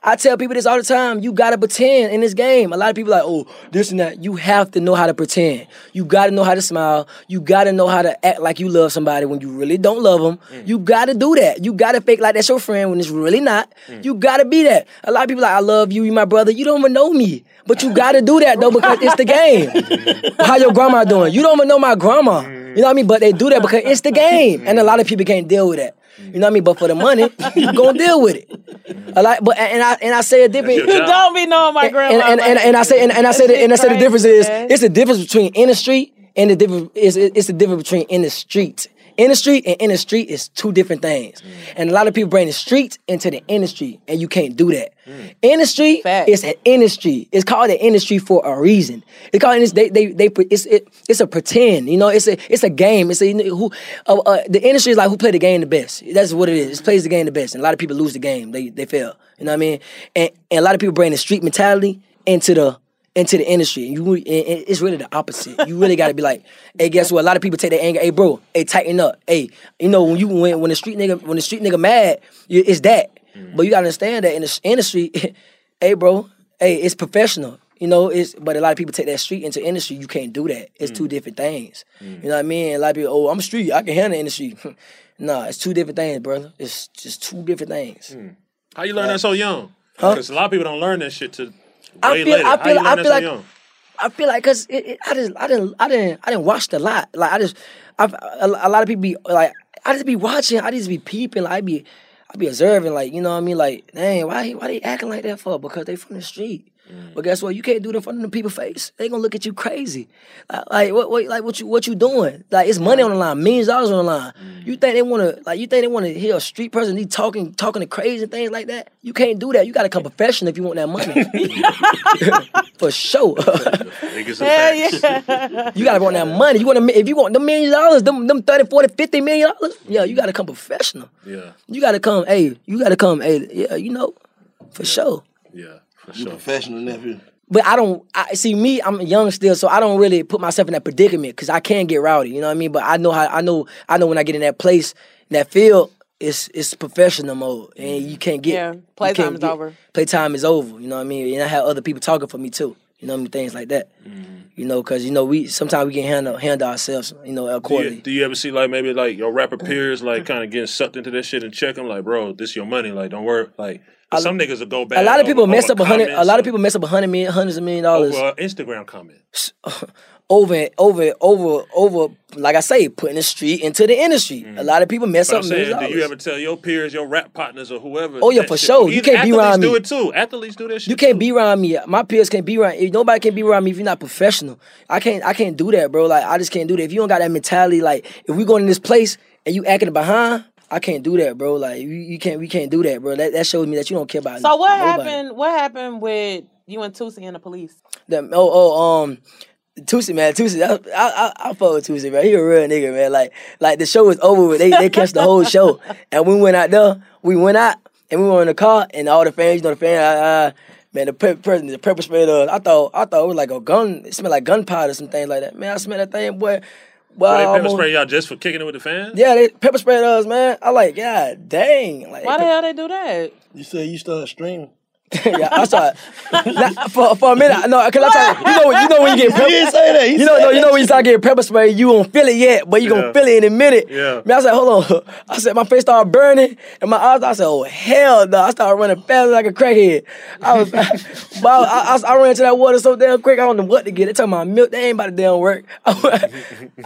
I tell people this all the time. You gotta pretend in this game. A lot of people like, oh, this and that. You have to know how to pretend. You gotta know how to smile. You gotta know how to act like you love somebody when you really don't love them. You gotta do that. You gotta fake like that's your friend when it's really not.
Mm.
You gotta be that. A lot of people like, I love you, you my brother. You don't even know me, but you gotta do that though because it's the game. how your grandma doing? You don't even know my grandma. You know what I mean? But they do that because it's the game, and a lot of people can't deal with that. You know what I mean? But for the money, you gonna deal with it. A lot, but and I and I say a different.
You don't be knowing my grandma.
And, and, and, and I say and, and I say the, and I say the difference is it's the difference between in the street and the difference is it's the difference between in the street. In the street and in the street is two different things. And a lot of people bring the streets into the industry, and you can't do that. Industry, it's an industry. It's called an industry for a reason. It's called industry. They, they, they, pre- it's, it, it's a pretend. You know, it's a, it's a game. It's a, you know, who, uh, uh, the industry is like who played the game the best. That's what it is. It plays the game the best, and a lot of people lose the game. They, they fail. You know what I mean? And, and a lot of people bring the street mentality into the into the industry. And you, and- and it's really the opposite. You really got to be like, hey, guess what? A lot of people take their anger. Hey, bro, hey, tighten up. Hey, you know when you when when the street nigga when the street nigga mad, you- it's that. But you gotta understand that in the s- industry, hey, bro, hey, it's professional. You know, it's but a lot of people take that street into industry. You can't do that. It's two different things.
Mm,
You
Mm.
know what I mean? A lot of people, oh, I'm street. I can handle industry. nah, it's two different things, brother. It's just two different things.
How you learn that so young?
Huh?
Because a lot of people don't learn that shit to way
I feel-
later.
I
How you
feel-
learn
I
that
feel
so
like-
young?
I feel like cause it, it, I just I didn't I didn't I didn't watch a lot. Like I just I've a, a lot of people be like I just be watching. I just be peeping. Like, I be I be observing. Like you know what I mean. Like dang, why he- why they acting like that for? Because they from the street. But guess what? You can't do it in front of the people's face. They gonna look at you crazy. Like, like what, what like what you what you doing? Like it's money on the line, millions of dollars on the line. You think they wanna like you think they wanna hear a street person he talking talking to crazy things like that? You can't do that. You gotta come professional if you want that money. for sure.
Niggas
Hell
are facts.
yeah.
You gotta want that money. You want to if you want them million dollars, them them 30, 40, 50 million dollars, yeah, you gotta come professional.
Yeah,
You gotta come, hey, you gotta come, hey, yeah, you know, for sure.
yeah, for
sure. You professional nephew.
But I don't I see me, I'm young still, so I don't really put myself in that predicament because I can get rowdy, you know what I mean? But I know how I know I know when I get in that place, that field, it's it's professional mode. And you can't get
Yeah,
you
playtime
can't
is
get-
over.
Playtime is over, you know what I mean? And I have other people talking for me too. You know what I mean? Things like that. You know, cause you know, we sometimes we can handle handle ourselves, you know,
Do
accordingly.
you, do you ever see like maybe like your rapper peers like kind of getting sucked into that shit and check them like, bro, this your money, like don't worry, like 'cause some niggas will go back.
A lot of people mess up a hundred. A lot of people mess up a hundred million, hundreds of million dollars
over an Instagram comment.
over, over, over, over. Like I say, putting the street into the industry. A lot of people mess
Mm. But
up
I'm saying,
millions of
do you
dollars.
ever tell your peers, your rap partners, or whoever?
Oh, yeah,
that
for
shit?
sure. You
Even
can't be
athletes
around
do
me.
it too. Athletes do that shit.
You can't be around me. My peers can't be around. If nobody can be around me if you're not professional. I can't. I can't do that, bro. Like I just can't do that. If you don't got that mentality, like if we going to this place and you acting behind, I can't do that, bro. Like you, you can't. We can't do that, bro. That that shows me that you don't care about.
So what
nobody.
happened? What happened with you and Tusi and the police?
Them, oh, oh, um, Tusi, man, Tusi, I, I, I, I fuck with Tusi, man. He a real nigga, man. Like, like the show was over with. They, they catch the whole show, and we went out there. We went out, and we were in the car, and all the fans, you know, the fans, uh, uh, man, the pe- person, the pepper spray, the, I thought, I thought it was like a gun. It smelled like gunpowder, some things like that. Man, I smelled that thing, boy. boy
Well,
I
they pepper
almost-
spray y'all just for kicking it with the fans?
Yeah, they pepper sprayed us, man. I like, yeah, dang. Like,
Why the hell they do that?
You said you started streaming.
yeah, I saw it. for, for a minute, no, because I tell you, you know, when- you know when you get
He
pepper,
didn't say that. He
you know,
said
no, you know
that.
when you start getting pepper spray, you won't feel it yet, but you
Yeah.
gonna feel it in a minute.
Yeah.
Man, I said, hold on. I said, my face started burning, and my eyes. I said, oh hell no! I started running fast like a crackhead. I was, but I, I, I ran to that water so damn quick. I don't know what to get. They talking about milk. They ain't about to damn work. I,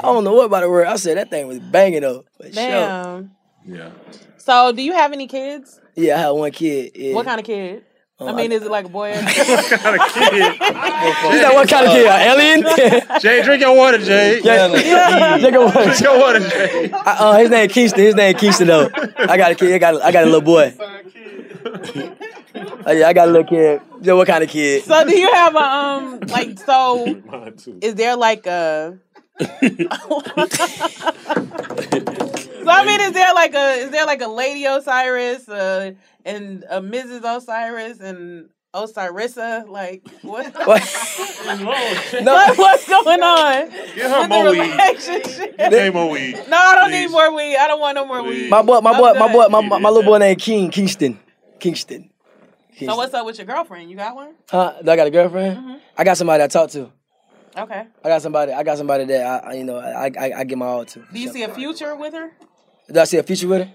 don't know what about to work. I said that thing was banging though. But sure.
Damn.
Yeah.
So, do you have any kids?
Yeah, I had one kid. Yeah.
What kind of kid? I
Um,
mean, is it like a boy? or-
She said, what kind of kid? An alien?
Jay, drink your water, Jay.
Yeah. drink your water. Drink
your water, Jay.
Uh, his name Keisha. His name Keisha though. I got a kid. I got a, I got a little boy. Oh, yeah, I got a little kid. Yeah, what kind of kid?
so, do you have a um like so? Is there like a? so I mean, is there like a is there like a Lady Osiris uh, and a Mrs. Osiris and Osirisa? Like what? What- what's going on? Get
her more weed.
weed.
Give me more weed.
No, I don't need more weed. I don't want no more weed.
My boy, my
I'm
boy, my
good.
boy, my, my, my little boy named King Kingston. Kingston.
So what's up with your girlfriend? You got one?
Huh? Do I got a girlfriend? I got somebody I talk to.
Okay.
I got somebody. I got somebody that I, I you know, I, I, I give my all to.
Do you see a future with her?
Do I see a future with her?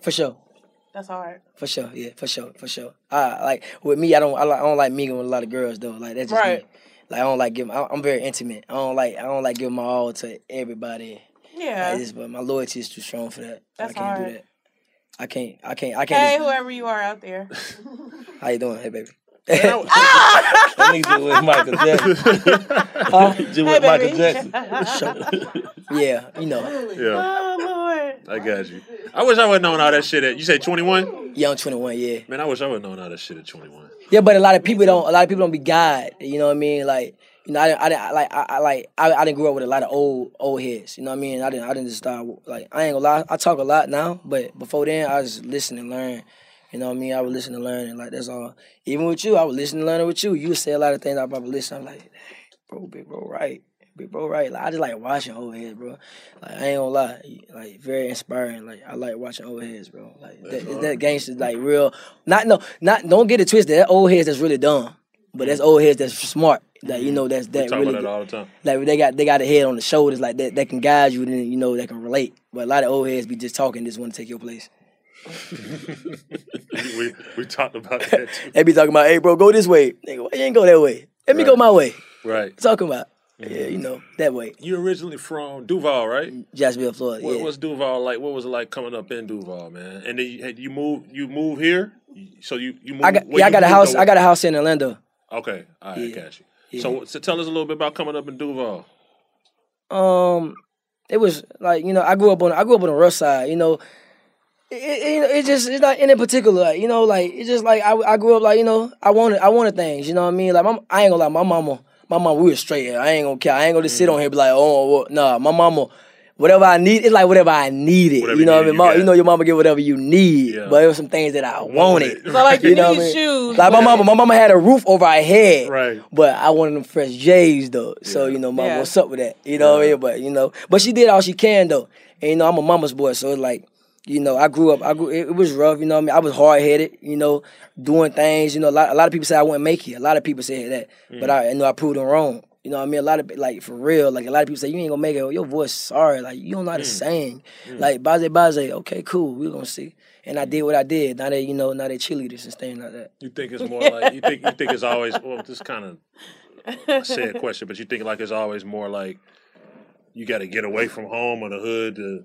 For sure.
That's hard.
For sure, yeah, for sure, for sure. I like with me, I don't, I, like, I don't like mingling with a lot of girls though. Like that's just
Right.
me. Like I don't like giving. I- I'm very intimate. I don't like, I don't like giving my all to everybody.
Yeah.
Like, this, but my loyalty is too strong for that.
That's
I can't do
hard.
that. I can't, I can't, I
Hey,
can't. just-
whoever you are out there.
how you doing, hey baby?
Michael Jackson.
Huh?
Just with Michael Jackson.
yeah, you know.
Yeah,
Oh
I got you. I wish I would have known all that shit at, you say 21?
Yeah, I'm 21, yeah.
Man, I wish I would have known all that shit at 21.
Yeah, but a lot of people don't. A lot of people don't be God. You know what I mean? Like, you know, I, didn't- I, didn't- I like, I, I like, I, I didn't grow up with a lot of old, old heads. You know what I mean? I didn't, I didn't just start like, I ain't gonna lie. I talk a lot now, but before then, I just listen and learn. You know what I mean? I would listen and learn, and like that's all. Even with you, I would listen and learn with you. You would say a lot of things. I probably listen. I'm like, bro, big bro, right, big bro, right. Like I just like watching old heads, bro. Like I ain't gonna lie, like very inspiring. Like I like watching old heads, bro. Like that,
hard.
that gangster, like real. Not no, not don't get it twisted. That old heads that's really dumb, but that's old heads that's smart. Like you know, that's
Mm-hmm. We
that
talk
really.
about that all the time.
Like they got they got a head on the shoulders, like that that can guide you, and then, you know that can relate. But a lot of old heads be just talking, just want to take your place.
we, we talked about that too.
They be talking about, hey bro, go this way. Nigga, why you ain't go that way? Let me
Right.
go my way.
Right.
Talking about,
Mm-hmm.
yeah, you know that way.
You originally from Duval, right?
Jacksonville, Florida.
What
yeah.
was Duval like? What was it like coming up in Duval, man? And then you, had you moved you moved here? So you you moved
I got
where
yeah, I
you
got a
moved
house.
or-
I got a house in Orlando.
Okay, all right, I got you.
Yeah.
So, so tell us a little bit about coming up in Duval.
Um, it was like you know I grew up on I grew up on the rough side. You know, it, it, it just it's not any particular. Like, you know, like it's just like I, I grew up like you know I wanted I wanted things. You know what I mean? Like my, I ain't gonna lie, my mama, my mama, we was straight. I ain't gonna care. I ain't gonna just
Mm-hmm.
sit on here and be like oh well, nah, my mama. Whatever I need, it's like whatever I needed.
Whatever
you know
you
what I mean?
need, you
Ma-
got
you know your mama get whatever you need,
Yeah.
but it was some things that I wanted.
So, like, you
what I
need
mean?
shoes,
Like my
but-
mama, my mama had a roof over her head.
Right.
But I wanted them fresh J's though. So you know, mom,
Yeah.
what's up with that? You know what I mean? But you know, but she did all she can though. And you know, I'm a mama's boy, so it's like, you know, I grew up. I grew. It, it was rough. You know what I mean? I was hard headed. You know, doing things. You know, a lot. A lot of people say I wouldn't make it. A lot of people say that. But I, you know, I proved them wrong. You know what I mean? A lot of like for real, like a lot of people say you ain't gonna make it. Your voice sorry, like you don't know how to sing. Like Baze Baze, okay, cool, we gonna see. And I did what I did. Now they, you know, now they cheerleaders and things like that.
You think it's more like you think you think it's always well, this kind of a sad question, but you think like it's always more like you got to get away from home or the hood to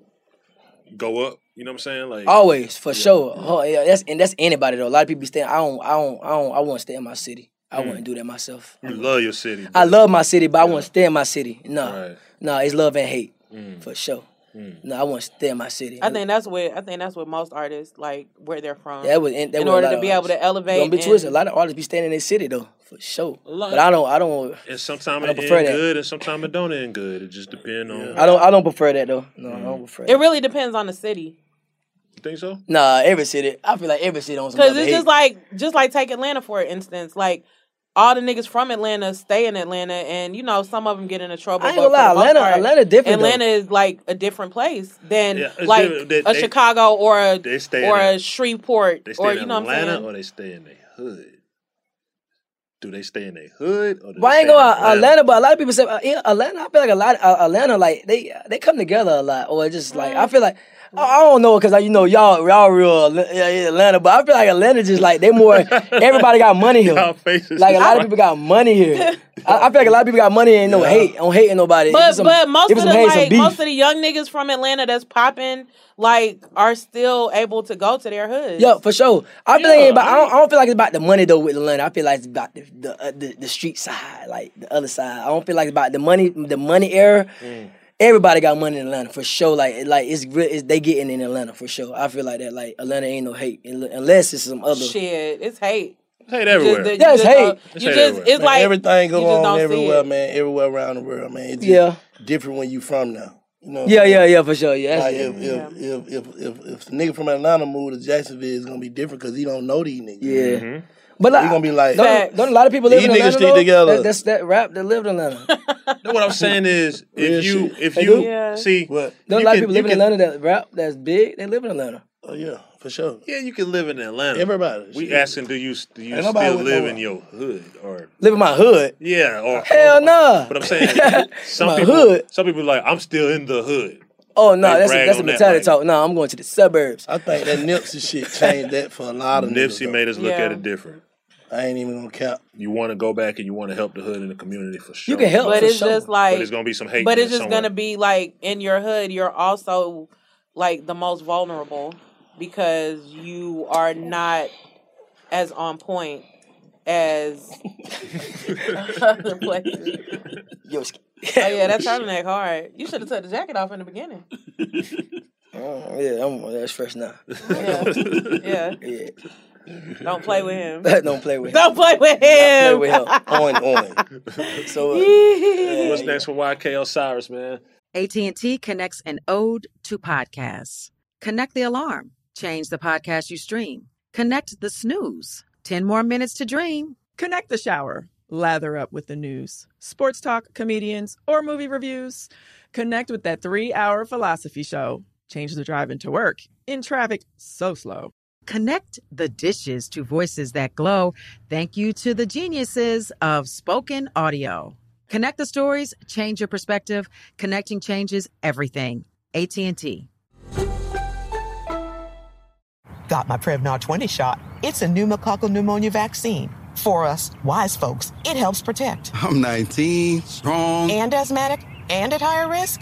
go up. You know what I'm saying? Like
Always, for sure. Oh, yeah, that's and that's anybody though. A lot of people be staying. I don't, I don't, I don't. I wouldn't stay in my city. I
Mm.
wouldn't do that myself.
you love your city.
I love my city, but I wouldn't stay in my city. No,
Right.
no, it's love and hate
Mm.
for sure.
Mm.
No, I wouldn't stay in my city.
I think that's what I think that's what most artists like where they're from.
that was that
in
was a
order
lot
to
of
be able
artists.
to elevate.
Don't be
and-
twisted. A lot of artists be staying in their city though. for sure.
Like-
But I don't. I don't.
And sometimes
I
it
don't prefer
end
that.
good, and sometimes it don't end good. It just depends on. Mm-hmm.
I don't. I don't prefer that though. No, I don't prefer. That.
It really depends on the city.
You think so?
Nah, every city. I feel like every city on some.
Because
other
it's
hate.
just like just like take Atlanta for instance. Like all the niggas from Atlanta stay in Atlanta, and you know some of them get into trouble.
I ain't
but
gonna lie,
for the most
Atlanta-
part,
Atlanta different,
Atlanta is like a different place than
Yeah, it's
like
different. They-
a
they-
Chicago Oh, or a
they stay
or
in-
a Shreveport
They stay
or
in
you know what I'm
Atlanta,
saying.
or they stay in their hood. Do they stay in their hood, or do
But I ain't
Oh, they stay in
gonna
Atlanta?
Atlanta, but a lot of people say uh, yeah, Atlanta. I feel like a lot uh, Atlanta, like they they come together a lot, or it's just like I feel like I, I don't know because you know y'all y'all real Atl- yeah, yeah, Atlanta, but I feel like Atlanta just like they more everybody got money here.
Y'all faces
Like a lot
funny.
of people got money here. I, I feel like a lot of people got money and no hate, on hating nobody. It
But
was some-
but most
it
of
was
the
some hate, some
like
beef.
most of the young niggas from Atlanta that's popping like are still able to go to their hood.
Yeah, for sure. I feel like it's about, I, don't, I don't feel like it's about the money though with Atlanta. I feel like it's about the the, uh, the the street side, like the other side. I don't feel like it's about the money the money era.
Mm.
Everybody got money in Atlanta for sure. Like it- like it's real. It's, they getting in Atlanta for sure. I feel like that. Like Atlanta ain't no hate unle- unless it's some other
Shit, it's hate.
hate
everywhere.
You just,
Yeah,
you
it's
just,
hate.
uh,
It's
you
hate
just it's
Man,
like
everything
you
go
just don't
on
see
everywhere,
it.
man. Everywhere around the world, man. It's just
Yeah.
different when you from now. You know. what
Yeah,
I'm
yeah,
saying?
yeah, for sure. Yeah, that's
Like if
different.
if, if if if if the nigga from Atlanta move to Jacksonville, it's gonna be different because he don't know these niggas.
Yeah.
Mm-hmm.
But like,
he gonna be like,
don't, don't a lot of people live
these
in Atlanta?
niggas stick
though?
together.
That, that's that rap that lived in Atlanta.
No, what I'm saying is, if you if
They
you
do. Yeah.
see,
Don't a
you
lot of
can-
people
you
live in
can-
Atlanta that rap that's big. They live in Atlanta.
Oh yeah, for sure.
Yeah, you can live in Atlanta.
Everybody,
we asking, do you do you
Ain't nobody
still
with
live
no-
in your hood or
Live in my hood.
Yeah, or
Hell no.
But I'm saying some
My
people
hood.
some people like I'm still in the hood.
Oh no,
They
that's a,
brag
that's a
on that,
mentality
like-
talk. No, I'm going to the suburbs.
I think that Nipsey shit changed that for a lot of niggas.
Nipsey made us look
Yeah.
at it different.
I ain't even gonna count.
You want to go back and you want to help the hood and the community for sure.
can help
But it's just like
but it's gonna be some hate.
But
there
it's just
somewhere.
gonna be like in your hood, you're also like the most vulnerable because you are not as on point as other places.
Yo,
Oh yeah, that turtleneck hard. You should have took the jacket off in the beginning.
Oh, yeah, I'm that's fresh now.
Yeah.
yeah.
Don't play with him.
Don't play with him.
Don't play with
play
him.
with him. On, on. So
uh,
what's next for YK Osiris, man?
AT&T connects an ode to podcasts. Connect the alarm, change the podcast you stream. Connect the snooze, 10 more minutes to dream.
Connect the shower. Lather up with the news, sports talk, comedians, or movie reviews. Connect with that three hour philosophy show. Change the drive into work in traffic so slow.
Connect the dishes to voices that glow. Thank you to the geniuses of spoken audio. Connect the stories, change your perspective. Connecting changes everything. AT&T.
Got my Prevnar 20 shot. It's a pneumococcal pneumonia vaccine. For us, wise folks, it helps protect.
I'm 19, strong.
And asthmatic and at higher risk?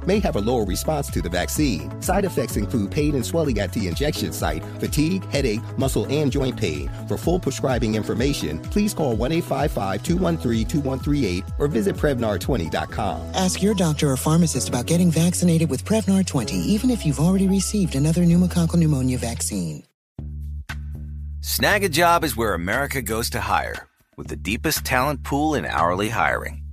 may have a lower response to the vaccine. Side effects include pain and swelling at the injection site, fatigue, headache, muscle, and joint pain. For full prescribing information, please call 1 855 213 2138 or visit Prevnar20.com.
Ask your doctor or pharmacist about getting vaccinated with Prevnar 20, even if you've already received another pneumococcal pneumonia vaccine.
Snag a job is where America goes to hire, with the deepest talent pool in hourly hiring.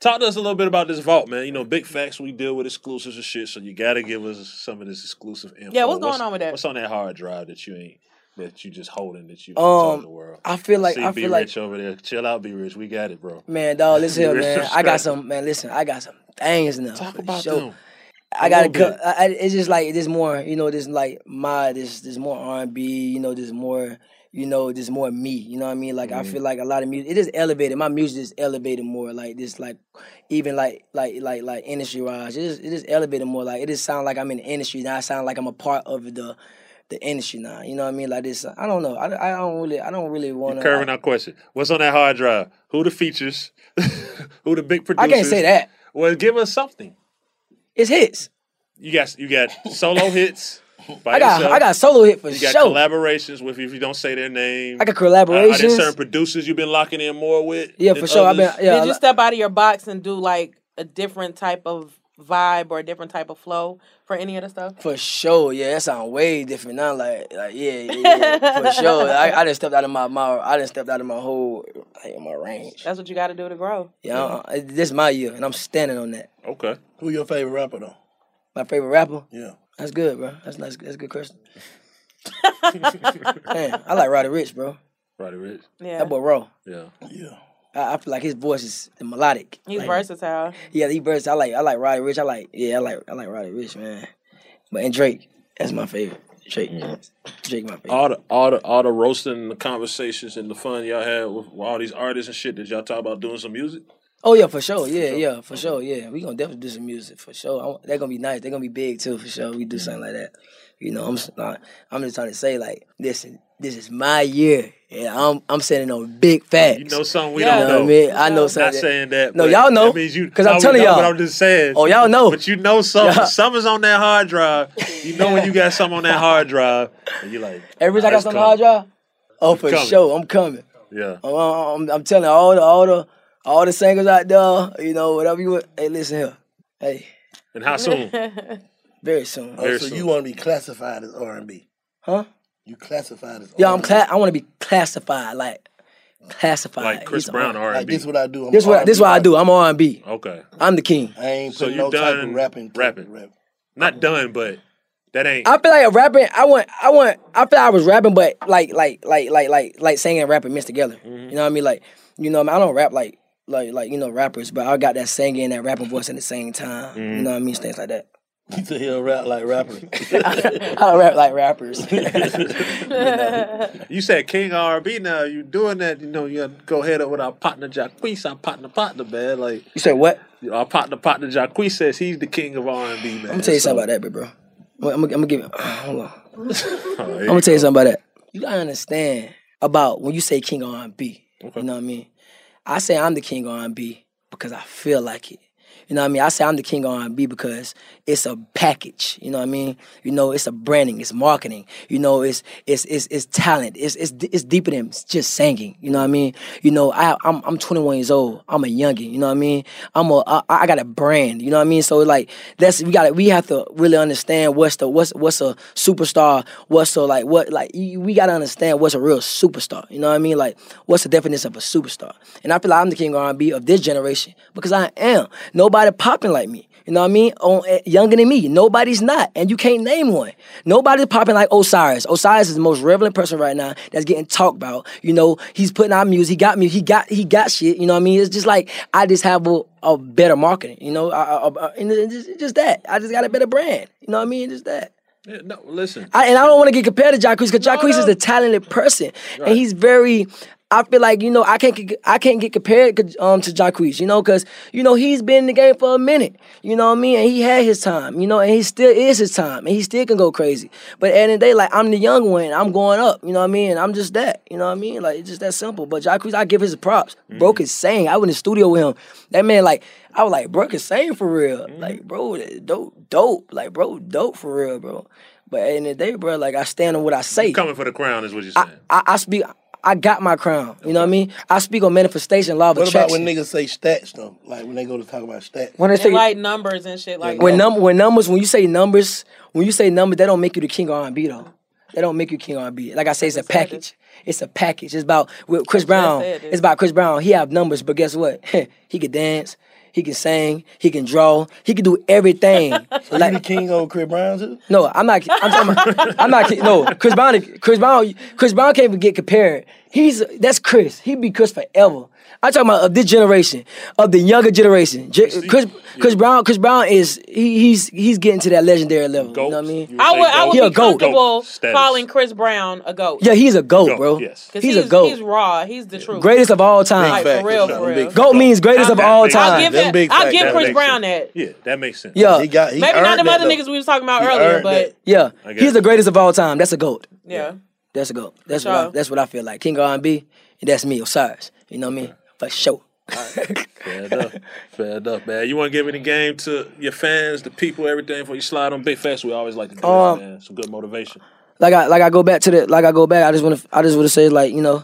Talk to us a little bit about this vault, man. You know, big facts. We deal with exclusives and shit, so you got to give us some of this exclusive info.
Yeah, what's going on with that?
What's on that hard drive that you ain't that you just holding that you um, the
Um,
world?
I feel like
See,
I
be
feel like
rich over there. Chill out, be rich. We got it, bro.
man, dog. Listen here, man. I got
some.
some man. Listen, I got some things now. Talk about
them.
I
A
got to
little
cut. I, I- it's just like there's more, you know. There's like my there's there's more R and B, you know. There's more, you know. There's more me, you know what I mean? Like I
Mm-hmm.
Mhm.
feel like a lot of music. It is elevated. My music is elevated more. Like this, like even like like like like industry wise, it is it is elevated more. Like it just sound like I'm in the industry now. I sound like I'm a part of the the industry now. You know what I mean? Like this, I don't know. I, I don't really I don't really want to.
Curving our question. What's on that hard drive? Who the features? Who the big producers?
I can't say that.
Well, give us something.
It's hits.
You got you got solo hits. By
I got-
yourself.
I got solo hit for
You got
sure.
collaborations with if you don't say their name.
I got
Are, are there
collaborations.
certain producers you've been locking in more with? than others?
Did you step out of your box and do like a different type of vibe or a different type of flow for any of the stuff?
For sure, yeah, that sound way different now. Like, like yeah, yeah, yeah, for sure. I, I just stepped out of my, my I just stepped out of my whole like my range.
That's what you got to do to grow.
Yeah, uh, this my year, and I'm standing on that.
Okay.
Who your favorite rapper though?
My favorite rapper.
Yeah.
That's good, bro. That's nice. That's a good question. Man, I like Roddy Rich, bro.
Roddy Rich.
Yeah.
That boy raw.
Yeah.
Yeah.
I, I feel like his voice is melodic.
He's
Like,
versatile.
Yeah, he bursts. I like I like Roddy Rich. I like yeah, I like I like Roddy Rich, man. But and Drake, that's my favorite. Drake, Drake, my favorite.
all the all the all the roasting, and the conversations, and the fun y'all had with, with all these artists and shit. Did y'all talk about doing some music?
Oh yeah, for sure. Yeah, yeah, for sure. Yeah, we gonna definitely do some music for sure. I, want- they're gonna be nice. They're gonna be big too for sure. We do something like that. You know, I'm s- not, I'm just trying to say like, listen, this is my year, and I'm I'm sending on big facts.
You know something we
You
don't
know
know.
what I mean? I know
Not
something that-
saying that.
No,
but
y'all know,
That means you.
'cause I'm
no, we
telling
know,
y'all.
But I'm just saying.
Oh, y'all know.
But you know something.
Yeah.
Something's on that hard drive. You know when you got something on that hard drive, and you like.
Every time
"Nah,
I got
it's
some
coming."
hard drive, oh for
Coming.
sure, I'm coming.
Yeah.
I'm, I'm, I'm telling all the all the all the singers out there, you know, whatever you want. Hey, listen here. Hey,
And how soon?
very soon.
Oh, so you want to be classified as R and B?
Huh?
You classified as
Yeah, I'm cla- I want to be classified like classified.
Like Chris
He's
Brown
on-
R
Like
and B.
this what I do. I'm
This what this what I
R&B.
do. I'm R and B.
Okay.
I'm the king.
I ain't
So
putting
you
no type
done
of rapping.
rapping. Not done, but that ain't.
I feel like a rapping. I want. I want. I feel I was rapping, but like, like, like, like, like, like singing and rapping mixed together. You
Mm-hmm.
know what I mean? Like, you know, what I, mean? I don't rap like, like, like, you know, rappers, but I got that singing and that rapping voice at the same time.
Mm-hmm.
You know what I mean? Things like that.
You said he'll rap like rapper.
I don't rap like rappers.
You said King R and B. Now you doing that? You know you gotta go head up with our partner Jacquees, our partner partner man. Like
you said what?
Our partner partner Jacquees says he's the king of R and B man.
I'm gonna tell you
So-
something about that, bit, bro. I'm gonna, I'm gonna give. Hold on.
Oh, there
I'm
you
gonna
go.
tell you something about that. You gotta understand about when you say king of R&B. You know what I mean? I say I'm the king of R&B because I feel like it. You know what I mean? I say I'm the king of R&B because it's a package. You know what I mean? You know, it's a branding, it's marketing. You know, it's it's it's, it's talent. It's, it's it's deeper than just singing. You know what I mean? You know, I I'm I'm 21 years old. I'm a youngin. You know what I mean? I'm a I, I got a brand. You know what I mean? So like that's we got to we have to really understand what's the what's what's a superstar. What's a like what like you, we got to understand what's a real superstar. You know what I mean? Like what's the definition of a superstar? And I feel like I'm the king of R&B of this generation because I am. Nobody popping like me. You know what I mean? On, eh, younger than me. Nobody's not. And you can't name one. Nobody's popping like Osiris. Osiris is the most relevant person right now that's getting talked about. You know, he's putting out music. He got me. He got he got shit. You know what I mean? It's just like I just have a, a better marketing. You know, I, I, I- and it's just, it's just that. I just got a better brand. You know what I mean? Just that.
Yeah, no, listen.
I, and I don't want to get compared to Jacquees because Jacquees is a talented person, and he's very. I feel like you know I can't get- I can't get compared 'cause, um to Jacquees, you know, because you know he's been in the game for a minute, you know what I mean, and he had his time, you know, and he still is his time, and he still can go crazy. But at the end of the day, like I'm the young one, and I'm going up, you know what I mean, and I'm just that, you know what I mean, like it's just that simple. But Jacquees, I give his props. Broke his saying. I went in the studio with him. That man, like I was like, broke his saying for real, like bro, that dope, dope, like bro, dope for real, bro. But in the day, bro, like I stand on what I say.
You coming for the crown is what you're saying.
I, I speak. I got my crown. You know what I mean? I speak on manifestation, law of
What about
attraction.
when niggas say stats though? Like when they go to talk about stats.
When they say-
like numbers and shit like
when
that.
num when numbers when you say numbers when you say numbers they don't make you the king of R&B though. They don't make you king of R&B. Like I say, it's a package. It's a package. It's about with Chris Brown.
said it.
It's about Chris Brown. He have numbers, but guess what? he can dance. He can sing. He can draw. He can do everything.
Are you the king of Chris Brown too?
No, I'm not. I'm, talking about- I'm not. No, Chris Brown. Chris Brown. Chris Brown can't even get compared. He's that's Chris. He be Chris forever. I'm talking about of this generation, of the younger generation. J- Chris, Chris Brown. Chris Brown is he, he's he's getting to that legendary level. You know what I mean?
I would I would
He a
be comfortable
Status.
calling Chris Brown a goat.
Yeah, he's a goat, bro.
Cause
He's, a goat.
He's raw. He's the truth.
Greatest of all time.
Like, for real, for real.
Goat means greatest of all
I'll
time.
give, that, I'll give Chris Brown that.
Yeah, that makes sense.
Yeah,
Maybe not the other niggas we was talking about earlier, but
yeah,
I guess.
he's the greatest of all time. That's a goat.
yeah.
That's a goat. That's
For
what I,
sure.
that's what I feel like. King of R&B, and that's me, Osiris. You know what I mean? For sure.
Fair enough. Fair enough, man. You want to give any game to your fans, the people, everything before you slide on Big Facts? We always like to do that,
Um,
man. Some good motivation.
Like I like I go back to the like I go back. I just want to I just want to say like you know,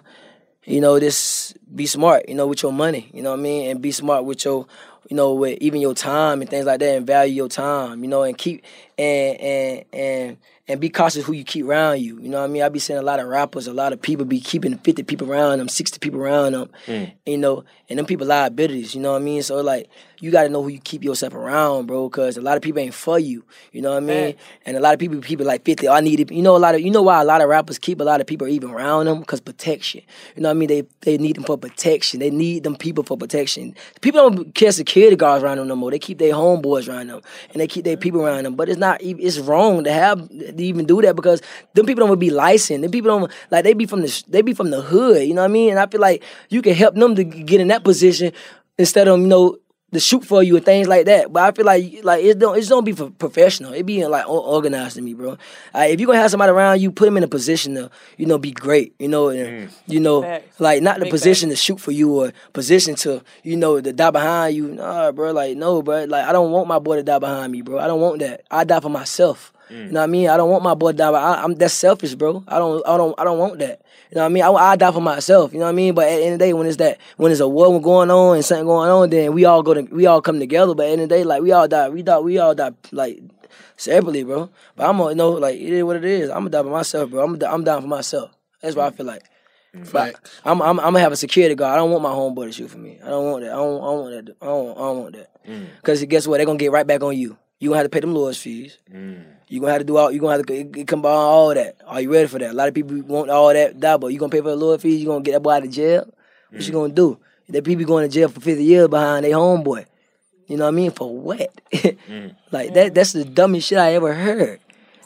you know this. Be smart. You know with your money. You know what I mean, and be smart with your. You know, with even your time and things like that, and value your time. You know, and keep and and and and be cautious who you keep around you. You know what I mean. I be seeing a lot of rappers, a lot of people be keeping fifty people around them, sixty people around them, you know, and them people liabilities, you know what I mean? So like you gotta know who you keep yourself around, bro, cause a lot of people ain't for you. You know what I mean? And a lot of people people like 50, I need it. You know a lot of you know why a lot of rappers keep a lot of people even around them? Cause protection. You know what I mean? They they need them for protection. They need them people for protection. People don't care security guards around them no more. They keep their homeboys around them and they keep their people around them. But it's not ev- it's wrong to have to even do that because them people don't be licensed. Them people don't like they be from the they be from the hood. You know what I mean? And I feel like you can help them to get in that position instead of you know to shoot for you and things like that. But I feel like like it don't it just don't be for professional. It be like o- organized to me, bro. Uh, if you gonna have somebody around you, put them in a position to you know be great. You know, and, you know,
Facts.
like not the
Big
position to shoot for you or position to you know to die behind you. Nah, bro. Like no, bro. Like I don't want my boy to die behind me, bro. I don't want that. I die for myself. You know what I mean? I don't want my boy to die. But I, I'm that's selfish, bro. I don't, I don't, I don't want that. You know what I mean? I, I die for myself. You know what I mean? But at the end of the day, when it's that, when it's a war going on and something going on, then we all go to, we all come together. But at the end of the day, like we all die, we die, we all die like separately, bro. But I'm gonna you know like it is what it is. I'm gonna die for myself, bro. I'm gonna die- I'm down for myself. That's what I feel like. But I'm, I'm I'm gonna have a security guard. I don't want my homeboy to shoot for me. I don't want that. I don't, I don't want that. I don't, I don't want that.
Mm,
Cause guess what? They're gonna get right back on you. You gonna have to pay them lawyers fees.
mm.
You gonna have to do all. You gonna have to it, it combine all that. Are you ready for that? A lot of people want all that. That, but you gonna pay for the lawyer fees. You gonna get that boy out of jail. What you gonna do? That people going to jail for fifty years behind their homeboy. You know what I mean? For what? like that. That's the dumbest shit I ever heard.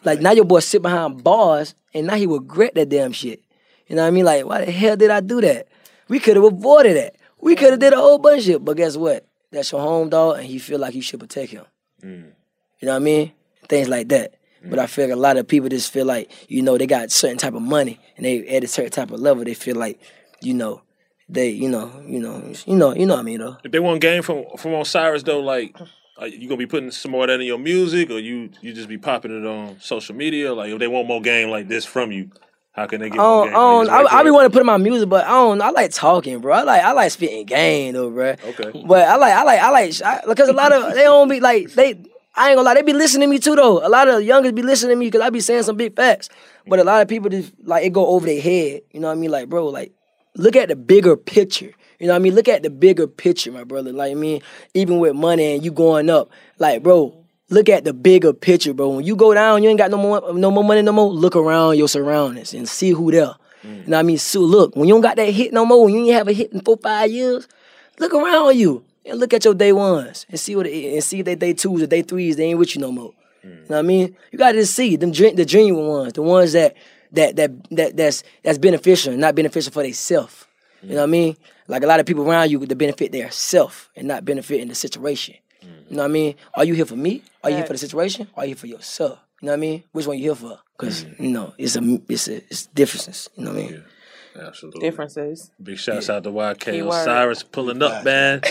Like now your boy sit behind bars and now he regret that damn shit. You know what I mean? Like why the hell did I do that? We could have avoided that. We could have did a whole bunch of shit. But guess what? That's your home dog, and you feel like you should protect him. You know what I mean? Things like that. But
Mm-hmm.
I feel like a lot of people just feel like, you know, they got certain type of money and they at a certain type of level, they feel like, you know, they, you know, you know, you know, you know what I mean though.
If they want game from from Osiris though, like are you gonna be putting some more of that in your music, or you you just be popping it on social media? Like if they want more game like this from you, how can they
I
get
don't, I,
more game? from you?
don't,
Just right
Oh, um, I, I be
there.
want to put in my music, but I don't. I like talking, bro. I like, I like spitting game though, bro.
Okay.
But I like, I like, I like, I, because a lot of they don't be like they. I ain't gonna lie, they be listening to me too though. A lot of youngers be listening to me because I be saying some big facts. But a lot of people just like it go over their head. You know what I mean? Like, bro, like look at the bigger picture. You know what I mean? Look at the bigger picture, my brother. Like I mean, even with money and you going up, like bro, look at the bigger picture, bro. When you go down, you ain't got no more no more money no more. Look around your surroundings and see who there. You know what I mean? So look, when you don't got that hit no more, when you ain't have a hit in four five years, look around you and look at your day ones and see what it, and see if they day twos or day threes they ain't with you no more. You
Mm.
know what I mean? You gotta just see them gen- the genuine ones, the ones that that that that that's that's beneficial and not beneficial for themselves. You know what I mean? Like a lot of people around you to benefit their self and not benefiting the situation.
Mm.
You know what I mean? Are you here for me? Are you here for the situation? Are you here for yourself? You know what I mean? Which one you here for? Because
Mm.
you know it's a it's a, it's differences. You know what I mean?
Absolutely.
Differences.
Big shouts out to YK
Keyword.
Osiris pulling up, man.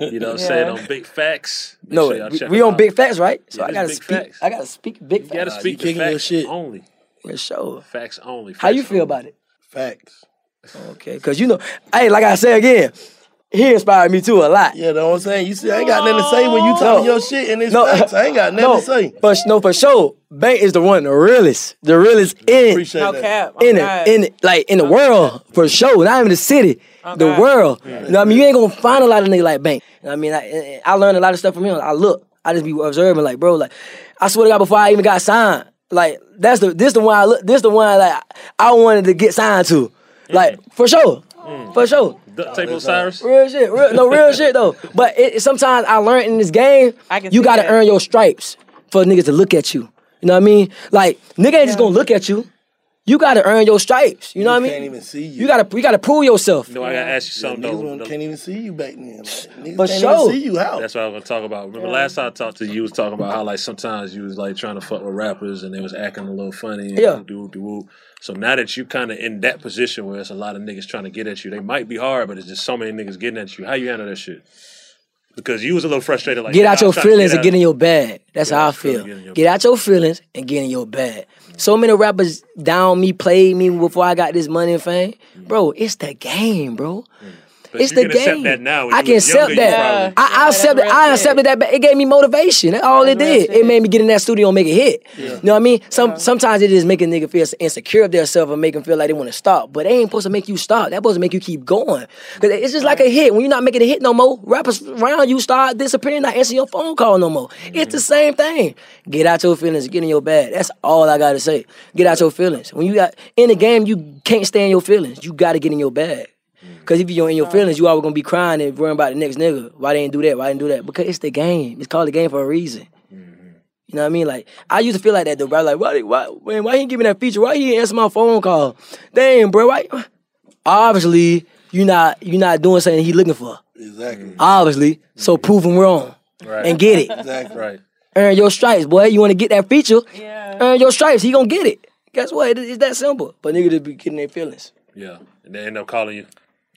You know what I'm
Yeah.
saying? On Big Facts. Make
No,
sure y'all
we,
check
we
him
on
out.
big facts, right? So
Yeah,
I
this
gotta
Big
speak.
Facts.
I gotta speak big facts.
You gotta speak the facts only.
For sure.
Facts only.
How you
facts
feel
only.
about it?
Facts.
Okay, because you know, hey, like I say again, he inspired me too a lot.
Yeah, know what I'm saying. You see, I ain't got nothing to say when you
No.
talking your shit in this facts. I ain't got nothing
no,
to say.
For, no, for sure. Bank is the one, the realest, the realest in,
Appreciate No that. cap. Oh,
in,
God.
it, in it, like in the world for sure. Not even the city, the
God.
world. You know what I mean? You ain't gonna find a lot of niggas like Bank. You know what I mean, I, I- I learned a lot of stuff from him. I look, I just be observing, like bro, like I swear to God, before I even got signed, like that's the this the one I look, this the one like I wanted to get signed to, like for sure,
Mm.
for sure.
Duct tape Osiris.
Real shit, real, no real shit though. But it, it- sometimes I learned in this game, you gotta earn your stripes for niggas to look at you. You know what I mean? Like nigga ain't just gonna look at you. You gotta earn your stripes. You know what I mean?
Can't even see you.
You gotta you gotta prove yourself.
No, I gotta ask you something
Niggas
though.
won't- can't even see you back then. Like, niggas
For
can't
sure.
even see you out.
That's what I was gonna talk about. Remember last time I talked to you, you was talking about how like sometimes you was like trying to fuck with rappers and they was acting a little funny. and
Yeah.
doo, doo, doo. So now that you kind of in that position where it's a lot of niggas trying to get at you, they might be hard, but it's just so many niggas getting at you. How you handle that shit? Because you was a little frustrated. Like
get
"Nah,
out
I'm
your
trying to
feelings
get
and get
out-
in your bag. That's how I
feelings
feel.
and get in your
Get, out your feelings and get in your bag. So many rappers down me, played me before I got this money and fame. Bro, it's the game, bro.
But
it's
you
the
can accept
game.
that now. When
I
you
can
was
accept
younger, you
that.
probably-
I, I accepted. I accepted that. But it gave me motivation. That's all it did. It made me get in that studio and make a hit.
Yeah.
You know what I mean? Some sometimes it just make a nigga feel insecure of themselves and make them feel like they want to stop. But they ain't supposed to make you stop. That supposed to make you keep going. Cause it's just like a hit. When you're not making a hit no more, rappers around you start disappearing, not answering your phone call no more. It's
Mm-hmm.
the same thing. Get out your feelings. Get in your bag. That's all I gotta say. Get out your feelings. When you got in the game, you can't stay in your feelings. You gotta get in your bag. Cause if you're in your feelings, you always gonna be crying and worrying about the next nigga. Why they ain't do that? Why they didn't do that? Because it's the game. It's called the game for a reason. You know what I mean? Like I used to feel like that though, bro. Like why, why, man, why he ain't give me that feature? Why he ain't answer my phone call? Damn, bro. Why? Obviously, you not you not doing something he looking for.
Exactly.
Obviously, so prove him wrong
Right.
and get it.
Exactly.
Right.
Earn your stripes, boy. You want to get that feature? Yeah. Earn your stripes. He gonna get it. Guess what? It- it's that simple. But nigga just be getting their feelings.
Yeah, and they end up calling you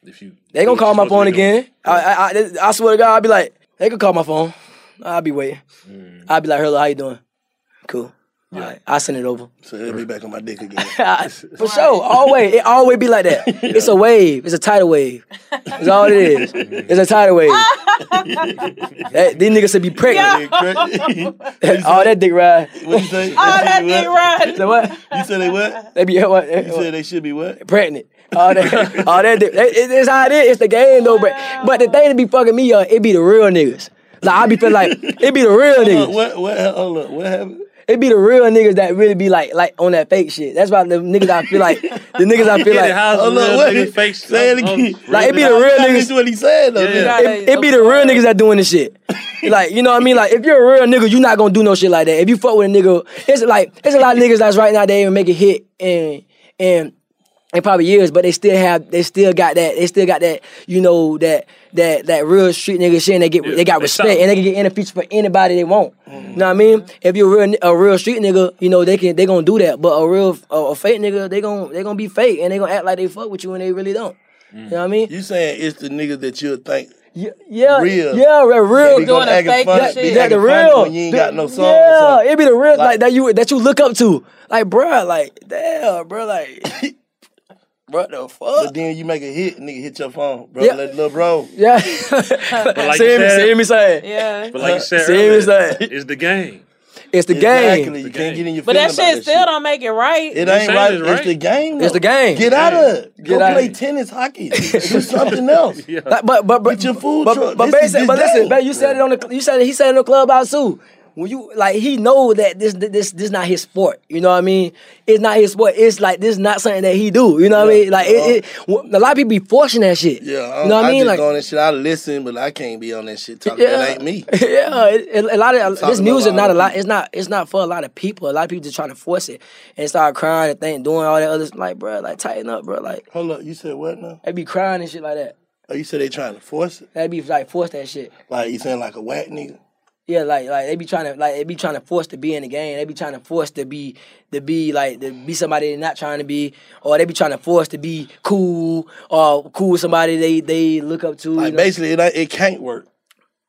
if you.
They gonna call my phone again. I, I, I, this- I swear to God, I'll be like, they could call my phone. I'll be waiting.
Mm.
I'll be like, hello, how you doing? Cool. All right, I'll send it over.
So it'll be back on my dick again.
For sure, always. It always be like that. It's a wave. It's a tidal wave. That's all it is. It's a tidal wave. that, these niggas should be pregnant. all that dick ride.
What you say?
Oh, that dick
ride.
Say what?
You say they what?
They be what?
You said they should be what?
pregnant. All that, all that. It, it- it's how it is. It's the game though. But but the thing that be fucking me up, it be the real niggas. Like I be feeling like it be the real
Hold up,
niggas.
what? What? Hold up. What happened?
It be the real niggas that really be like like on that fake shit. That's why the niggas I feel like the niggas I feel
Get
like.
it, how's the Oh, look, real what? nigga fake shit? Say it
Like,
again.
it be the
Real
real
niggas.
niggas.
That's what he said, though, yeah.
It, it be the real niggas that doing this shit. Like you know what I mean? Like if you're a real nigga, you not gonna do no shit like that. If you fuck with a nigga, it's like it's a lot of niggas that's right now they even make a hit and and and probably years, but they still have they still got that they still got that you know that that that real street nigga shit. and They get they got
they
respect
solid.
and they can get in the feature for anybody they want. You know what I mean? If you're a real, a real street nigga, you know they can they gonna do that. But a real Oh, a, a fake nigga, they gonna they gonna be fake and they gonna act like they fuck with you and they really don't. You know what I mean?
You saying it's the niggas that you'll think
Yeah,
real.
yeah, re- real.
They gonna act funny-
That,
be
that
acting
the
funny
real.
when you ain't got no song or
Yeah,
something.
it be the real like,
Like-
that you that you look up to. Like, bruh, like damn, bruh, like bruh, the fuck.
But then you make a hit, nigga hit your phone, bro.
Yeah.
Let little bro.
Yeah.
But like
see
you
me,
said-
see me say.
Yeah.
But like you said,
See what
earlier,
I'm saying?
it's the game.
It's the game.
Exactly. You can't get in your
But that
feelings about
shit still don't make it right.
It ain't right. It's the game.
It's
though.
the game.
Get out of it.
Get
Go
out of
play
it.
tennis, hockey. Do something else.
Like, but but but
your food
but,
truck.
but,
This is
basi-
this
but
game.
listen, man, you said it on the you said it, he said it on the clubhouse too. When you like he know that this this this not his sport. You know what I mean? It's not his sport. It's like this not something that he do. You know what I mean? Like it, it, a lot of people be forcing that shit.
uh-huh. Yeah, I,
you know what I mean?
just
like
go on that shit. I listen, but I can't be on that shit. Talk,
Yeah.
That ain't me.
yeah, it, it- a lot
I'm
of
talking
this
to a
music
lot
not a
of
lot. It's not. It's not for a lot of people. A lot of people just trying to force it and start crying and think doing all that other. Like, bro, like tighten up, bro. Like
Hold up. You said what now?
they be crying and shit like that.
Oh, you said they trying to force it?
They be like force that shit.
Like, you saying like a whack nigga?
Yeah, like like they be trying to like they be trying to force to be in the game. They be trying to force to be to be like to be somebody they're not trying to be, or they be trying to force to be cool or cool with somebody they they look up to. you
Like,
know?
basically, it, ain't- it can't work.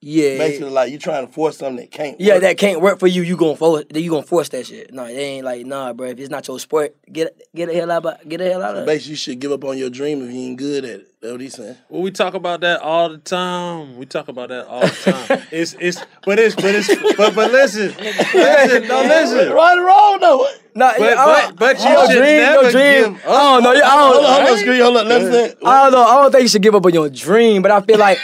Yeah.
Basically, like you trying to force something that can't.
Yeah,
work.
that can't work for you. You gonna force. You gonna force that shit. No, it ain't like nah, bro. If it's not your sport, get get the hell out. Of, get the hell out of. it.
Basically, you should give up on your dream if you ain't good at it. That's what he's saying.
Well, we talk about that all the time. We talk about that all the time. it's it's but it's but it's but but listen, listen, no listen.
Right or wrong though.
Nah,
But-
yeah, I don't-
but- but you
your
should
dream,
never
your dream.
give
I don't know. yeah, I don't,
Hold on, hold on, screen, hold on, let me say-
I don't know. I don't think you should give up on your dream, but I feel like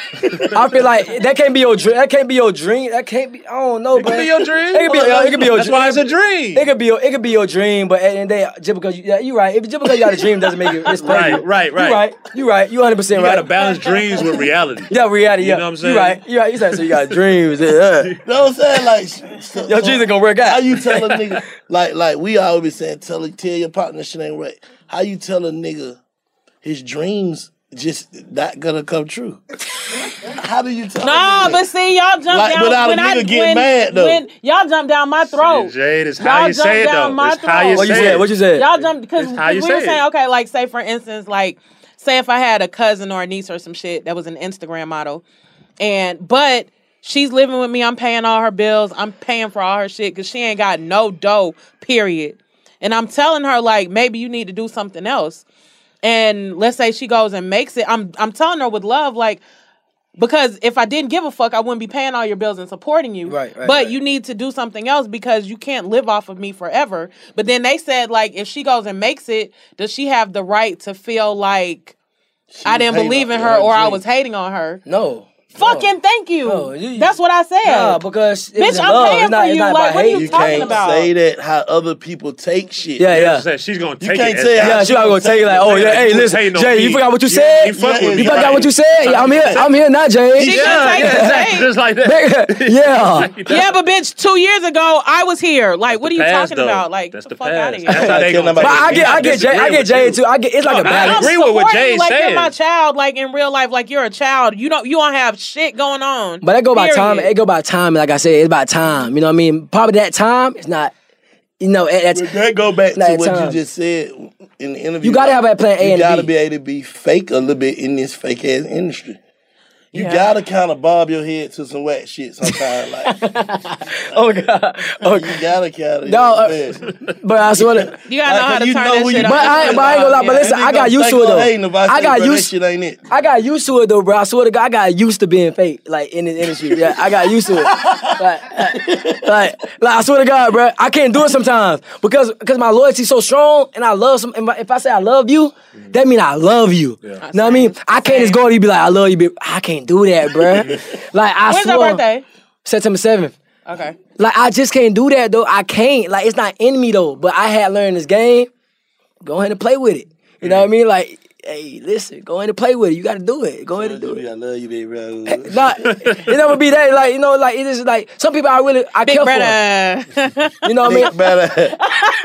I feel like that can't be your dream. That can't be your dream. That can't be. I don't know. It
could be your dream.
It could be. It could be your
That's why it's a dream.
It could be. Your, it could be your dream, but at the end of the day, just because you, yeah, you right. If just because you got a dream doesn't make it. It's
Right,
perfect.
right, right.
You right. You right. You hundred percent
You
right.
gotta balance dreams with reality.
Yeah, reality.
You
yeah.
know what I'm saying?
You right. You right. You said so. You got dreams. Yeah. yeah.
You know what I'm saying? Like, so,
Your dreams are gonna work out.
How you tell a nigga? like, like we always be saying, tell a- tell your partner shit ain't right. How you tell a nigga his dreams just not gonna come true? How do you tell? a
Nah,
nigga?
but see, y'all jump
Like,
down
without a
when I
nigga getting
when,
mad, though.
when y'all jump down my throat.
Jade is
y'all jump down my throat. Y'all jump because
It's how you
we were
say it.
saying okay, like say for instance, like say if I had a cousin or a niece or some shit that was an Instagram model, and but she's living with me, I'm paying all her bills, I'm paying for all her shit because she ain't got no dough. Period. And I'm telling her like maybe you need to do something else. And let's say she goes and makes it. I'm I'm telling her with love like because if I didn't give a fuck, I wouldn't be paying all your bills and supporting you. Right,
right,
But
right.
you need to do something else because you can't live off of me forever. But then they said, like, if she goes and makes it, does she have the right to feel like I
was
didn't
hating
believe in
on
her
her
or I
dream.
was hating on her?
No.
Fucking thank you. That's what I said.
Nah, because it was
bitch,
in
I'm
love.
paying
It's not-
for
it's
you.
not
Like,
about
what are you
hate. You
talking
can't
about?
say that how other people take shit.
Yeah, yeah.
Said she's gonna
You
take
can't
it.
say how
Yeah, she probably gonna tell you like, oh yeah, hey, listen, Jay, you forgot what you said.
You fuck with me.
You forgot what you said. Yeah, I'm here. I'm here now, Jay.
She gonna take the hate.
Just like that.
yeah.
Yeah, but bitch, two years ago I was here. Like, what are you
past,
talking
though.
about? Like, get the, fuck out of here.
That's how they gonna
But
take
I
it.
get, I get, Jay, I
disagree
get
with
Jay
you.
too. I get, it's like a
No, I
balance.
agree with what
supporting
Jay
you like you're my
said.
child, like in real life, like you're a child. You don't you don't have shit going on.
But that go by
period.
time. It go by time. Like I said, it's about time. You know what I mean? Probably that time. It's not. You know, it- that's
But that go back to
Nah,
what
time.
you just said in the interview.
You gotta have a plan A
You
and a
gotta
B.
be able to be fake a little bit in this fake ass industry. You
Yeah.
gotta kind of bob your head to some whack shit sometimes. Like,
oh god, oh
you gotta kind of.
No, uh, but I swear to
You gotta know how to turn that shit
But I, ain't- but I ain't gonna lie. But listen, I got used to it though. I got used.
Shit ain't it.
I got used to it though, bro. I swear to God, I got used to being fake, like in this industry. Yeah, I got used to it. Like, like, like, I swear to God, bro, I can't do it sometimes because because my loyalty's so strong, and I love some. and If I say I love you, that mean I love you.
Yeah.
Know what I mean? I can't just go to you be like, I love you, but I can't do that, bro. like I
When's
swear,
your birthday?
September seventh.
Okay.
Like I just can't do that though. I can't. Like it's not in me though. But I had learned this game. Go ahead and play with it. You know what I mean? Like, hey, listen, go ahead and play with it. You gotta do it. Go ahead and do it.
I love you, baby. I love you.
Not, it never be that. Like, you know, like it is like some people I really I
Big
care
brother.
for. You know what I mean?
Better.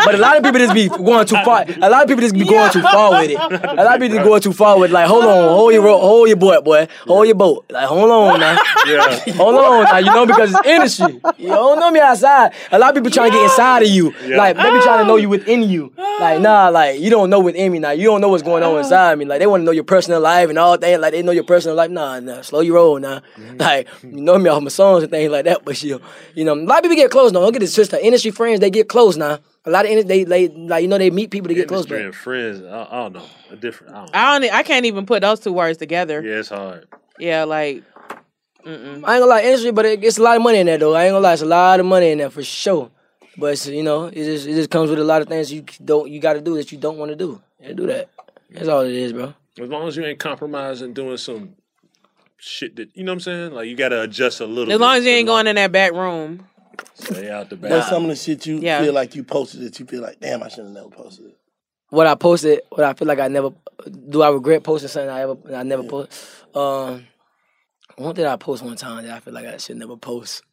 But a lot of people just be going too far. A lot of people just be going too far with it. A lot of people just going too far with it. like, hold on, hold your ro- hold your boat, boy, hold your boat. Like, hold on now,
Yeah.
hold on now. You know because it's industry. You don't know me outside. A lot of people trying to get inside of you.
Yeah.
Like they be trying to know you within you. Like nah, like you don't know within me now. You don't know what's going on inside me. Like they want to know your personal life and all things. Like they know your personal life. Nah, nah, slow your roll now. Like you know me off my songs and things like that. But you, you know, a lot of people get close now. Don't get it twisted. Industry friends they get close now. A lot of in- they, they like you know they meet people to get close.
Industry
But
and friends. I, I don't know. A different. I don't
I don't e, I can't even put those two words together.
Yeah, it's hard.
Yeah, like
I ain't gonna lie, industry, but it, it's a lot of money in there though. I ain't gonna lie, it's a lot of money in there for sure. But it's, you know, it just it just comes with a lot of things you don't you got to do that you don't want to do. And do that. That's all it is, bro.
As long as you ain't compromising doing some shit that you know what I'm saying? Like you gotta adjust a little
as long as
bit.
you ain't going in that back room.
Stay out the
What's
back.
some of the shit you
Yeah.
feel like you posted that you feel like, damn, I should have never posted it?
What I posted, what I feel like I never do. I regret posting something I ever I never post. Um, one thing I post one time that I feel like I should never post.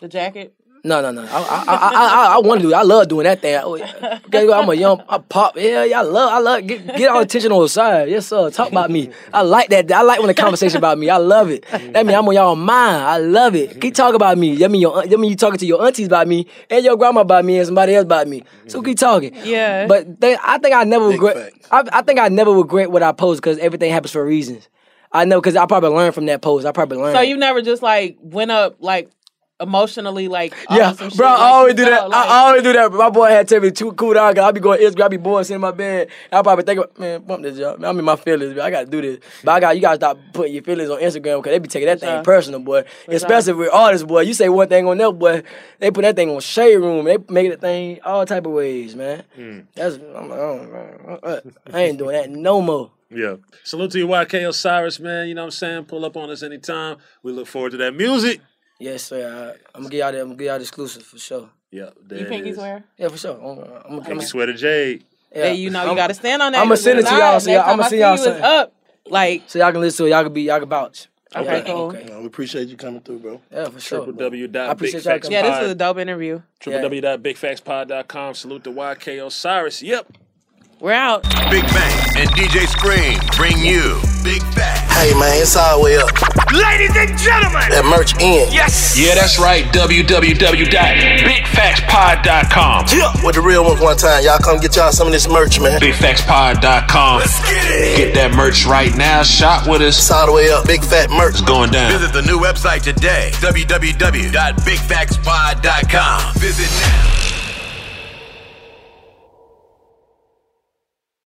The jacket.
No, no, no. I I I I, I want to do. It. I love doing that thing. Oh, yeah. Okay, I'm a young, I pop. Yeah, yeah. I love, I love. Get, get all attention on the side. Yes, sir. Talk about me. I like that. I like when the conversation about me. I love it. That mean I'm on y'all mind. I love it. Keep talking about me. That mean your, aunt- that mean you talking to your aunties about me and your grandma about me and somebody else about me. So keep talking.
Yeah.
But they, I think I never regret. I, I think I never regret what I post because everything happens for reasons. I know because I probably learned from that post. I probably learned.
So you never just like went up like emotionally like oh,
yeah,
some shit,
bro,
like,
I always do
no,
that.
like-
I always do that. My boy had to tell me too cool down. Cause I be going Instagram, I be bored, sitting in my bed. I probably think, about, man, bump this up. Man, I'm in my feelings. Man. I gotta do this. But I got you gotta stop putting your feelings on Instagram because they be taking that thing
sure.
personal, boy.
For
Especially with artists, boy. You say one thing on that, boy, they put that thing on shade room. They make that thing all type of ways, man.
Hmm.
That's I'm like, oh, man, uh, uh, I ain't doing that no more.
Yeah. Salute to you, YK Osiris, man. You know what I'm saying? Pull up on us anytime. We look forward to that music.
Yes, sir. I, I'm gonna get out. I'm gonna get out exclusive for sure.
Yeah,
You pinky swear?
Yeah, for sure. I'm, gonna- I'm,
Pinky swear to Jade.
Hey, you know you gotta stand on that.
I'm gonna send it to y'all. So y'all I'm
Next
gonna
time
see
I
y'all.
see you,
soon.
it's up. Like
so y'all can listen to it. Y'all can be. Y'all can vouch.
Okay, cool.
we appreciate you coming through, bro.
Yeah, for sure.
I appreciate y'all coming. Yeah, this was a dope interview.
www.bigfaxpod.com. Salute to YK Osiris. Yep.
We're out.
Big Bang and DJ Scream bring you Big Facts.
Hey man, it's all the way up.
Ladies and gentlemen,
That merch in.
Yes.
Yeah, that's right. www.bigfaxpod.com. Yeah, with the real ones one time. Y'all come get y'all some of this merch, man. Bigfaxpod.com. Let's get it. Get that merch right now. Shop with us. It's all the way up. Big fat merch. It's going down.
Visit the new website today, www.bigfactspod.com. Visit now.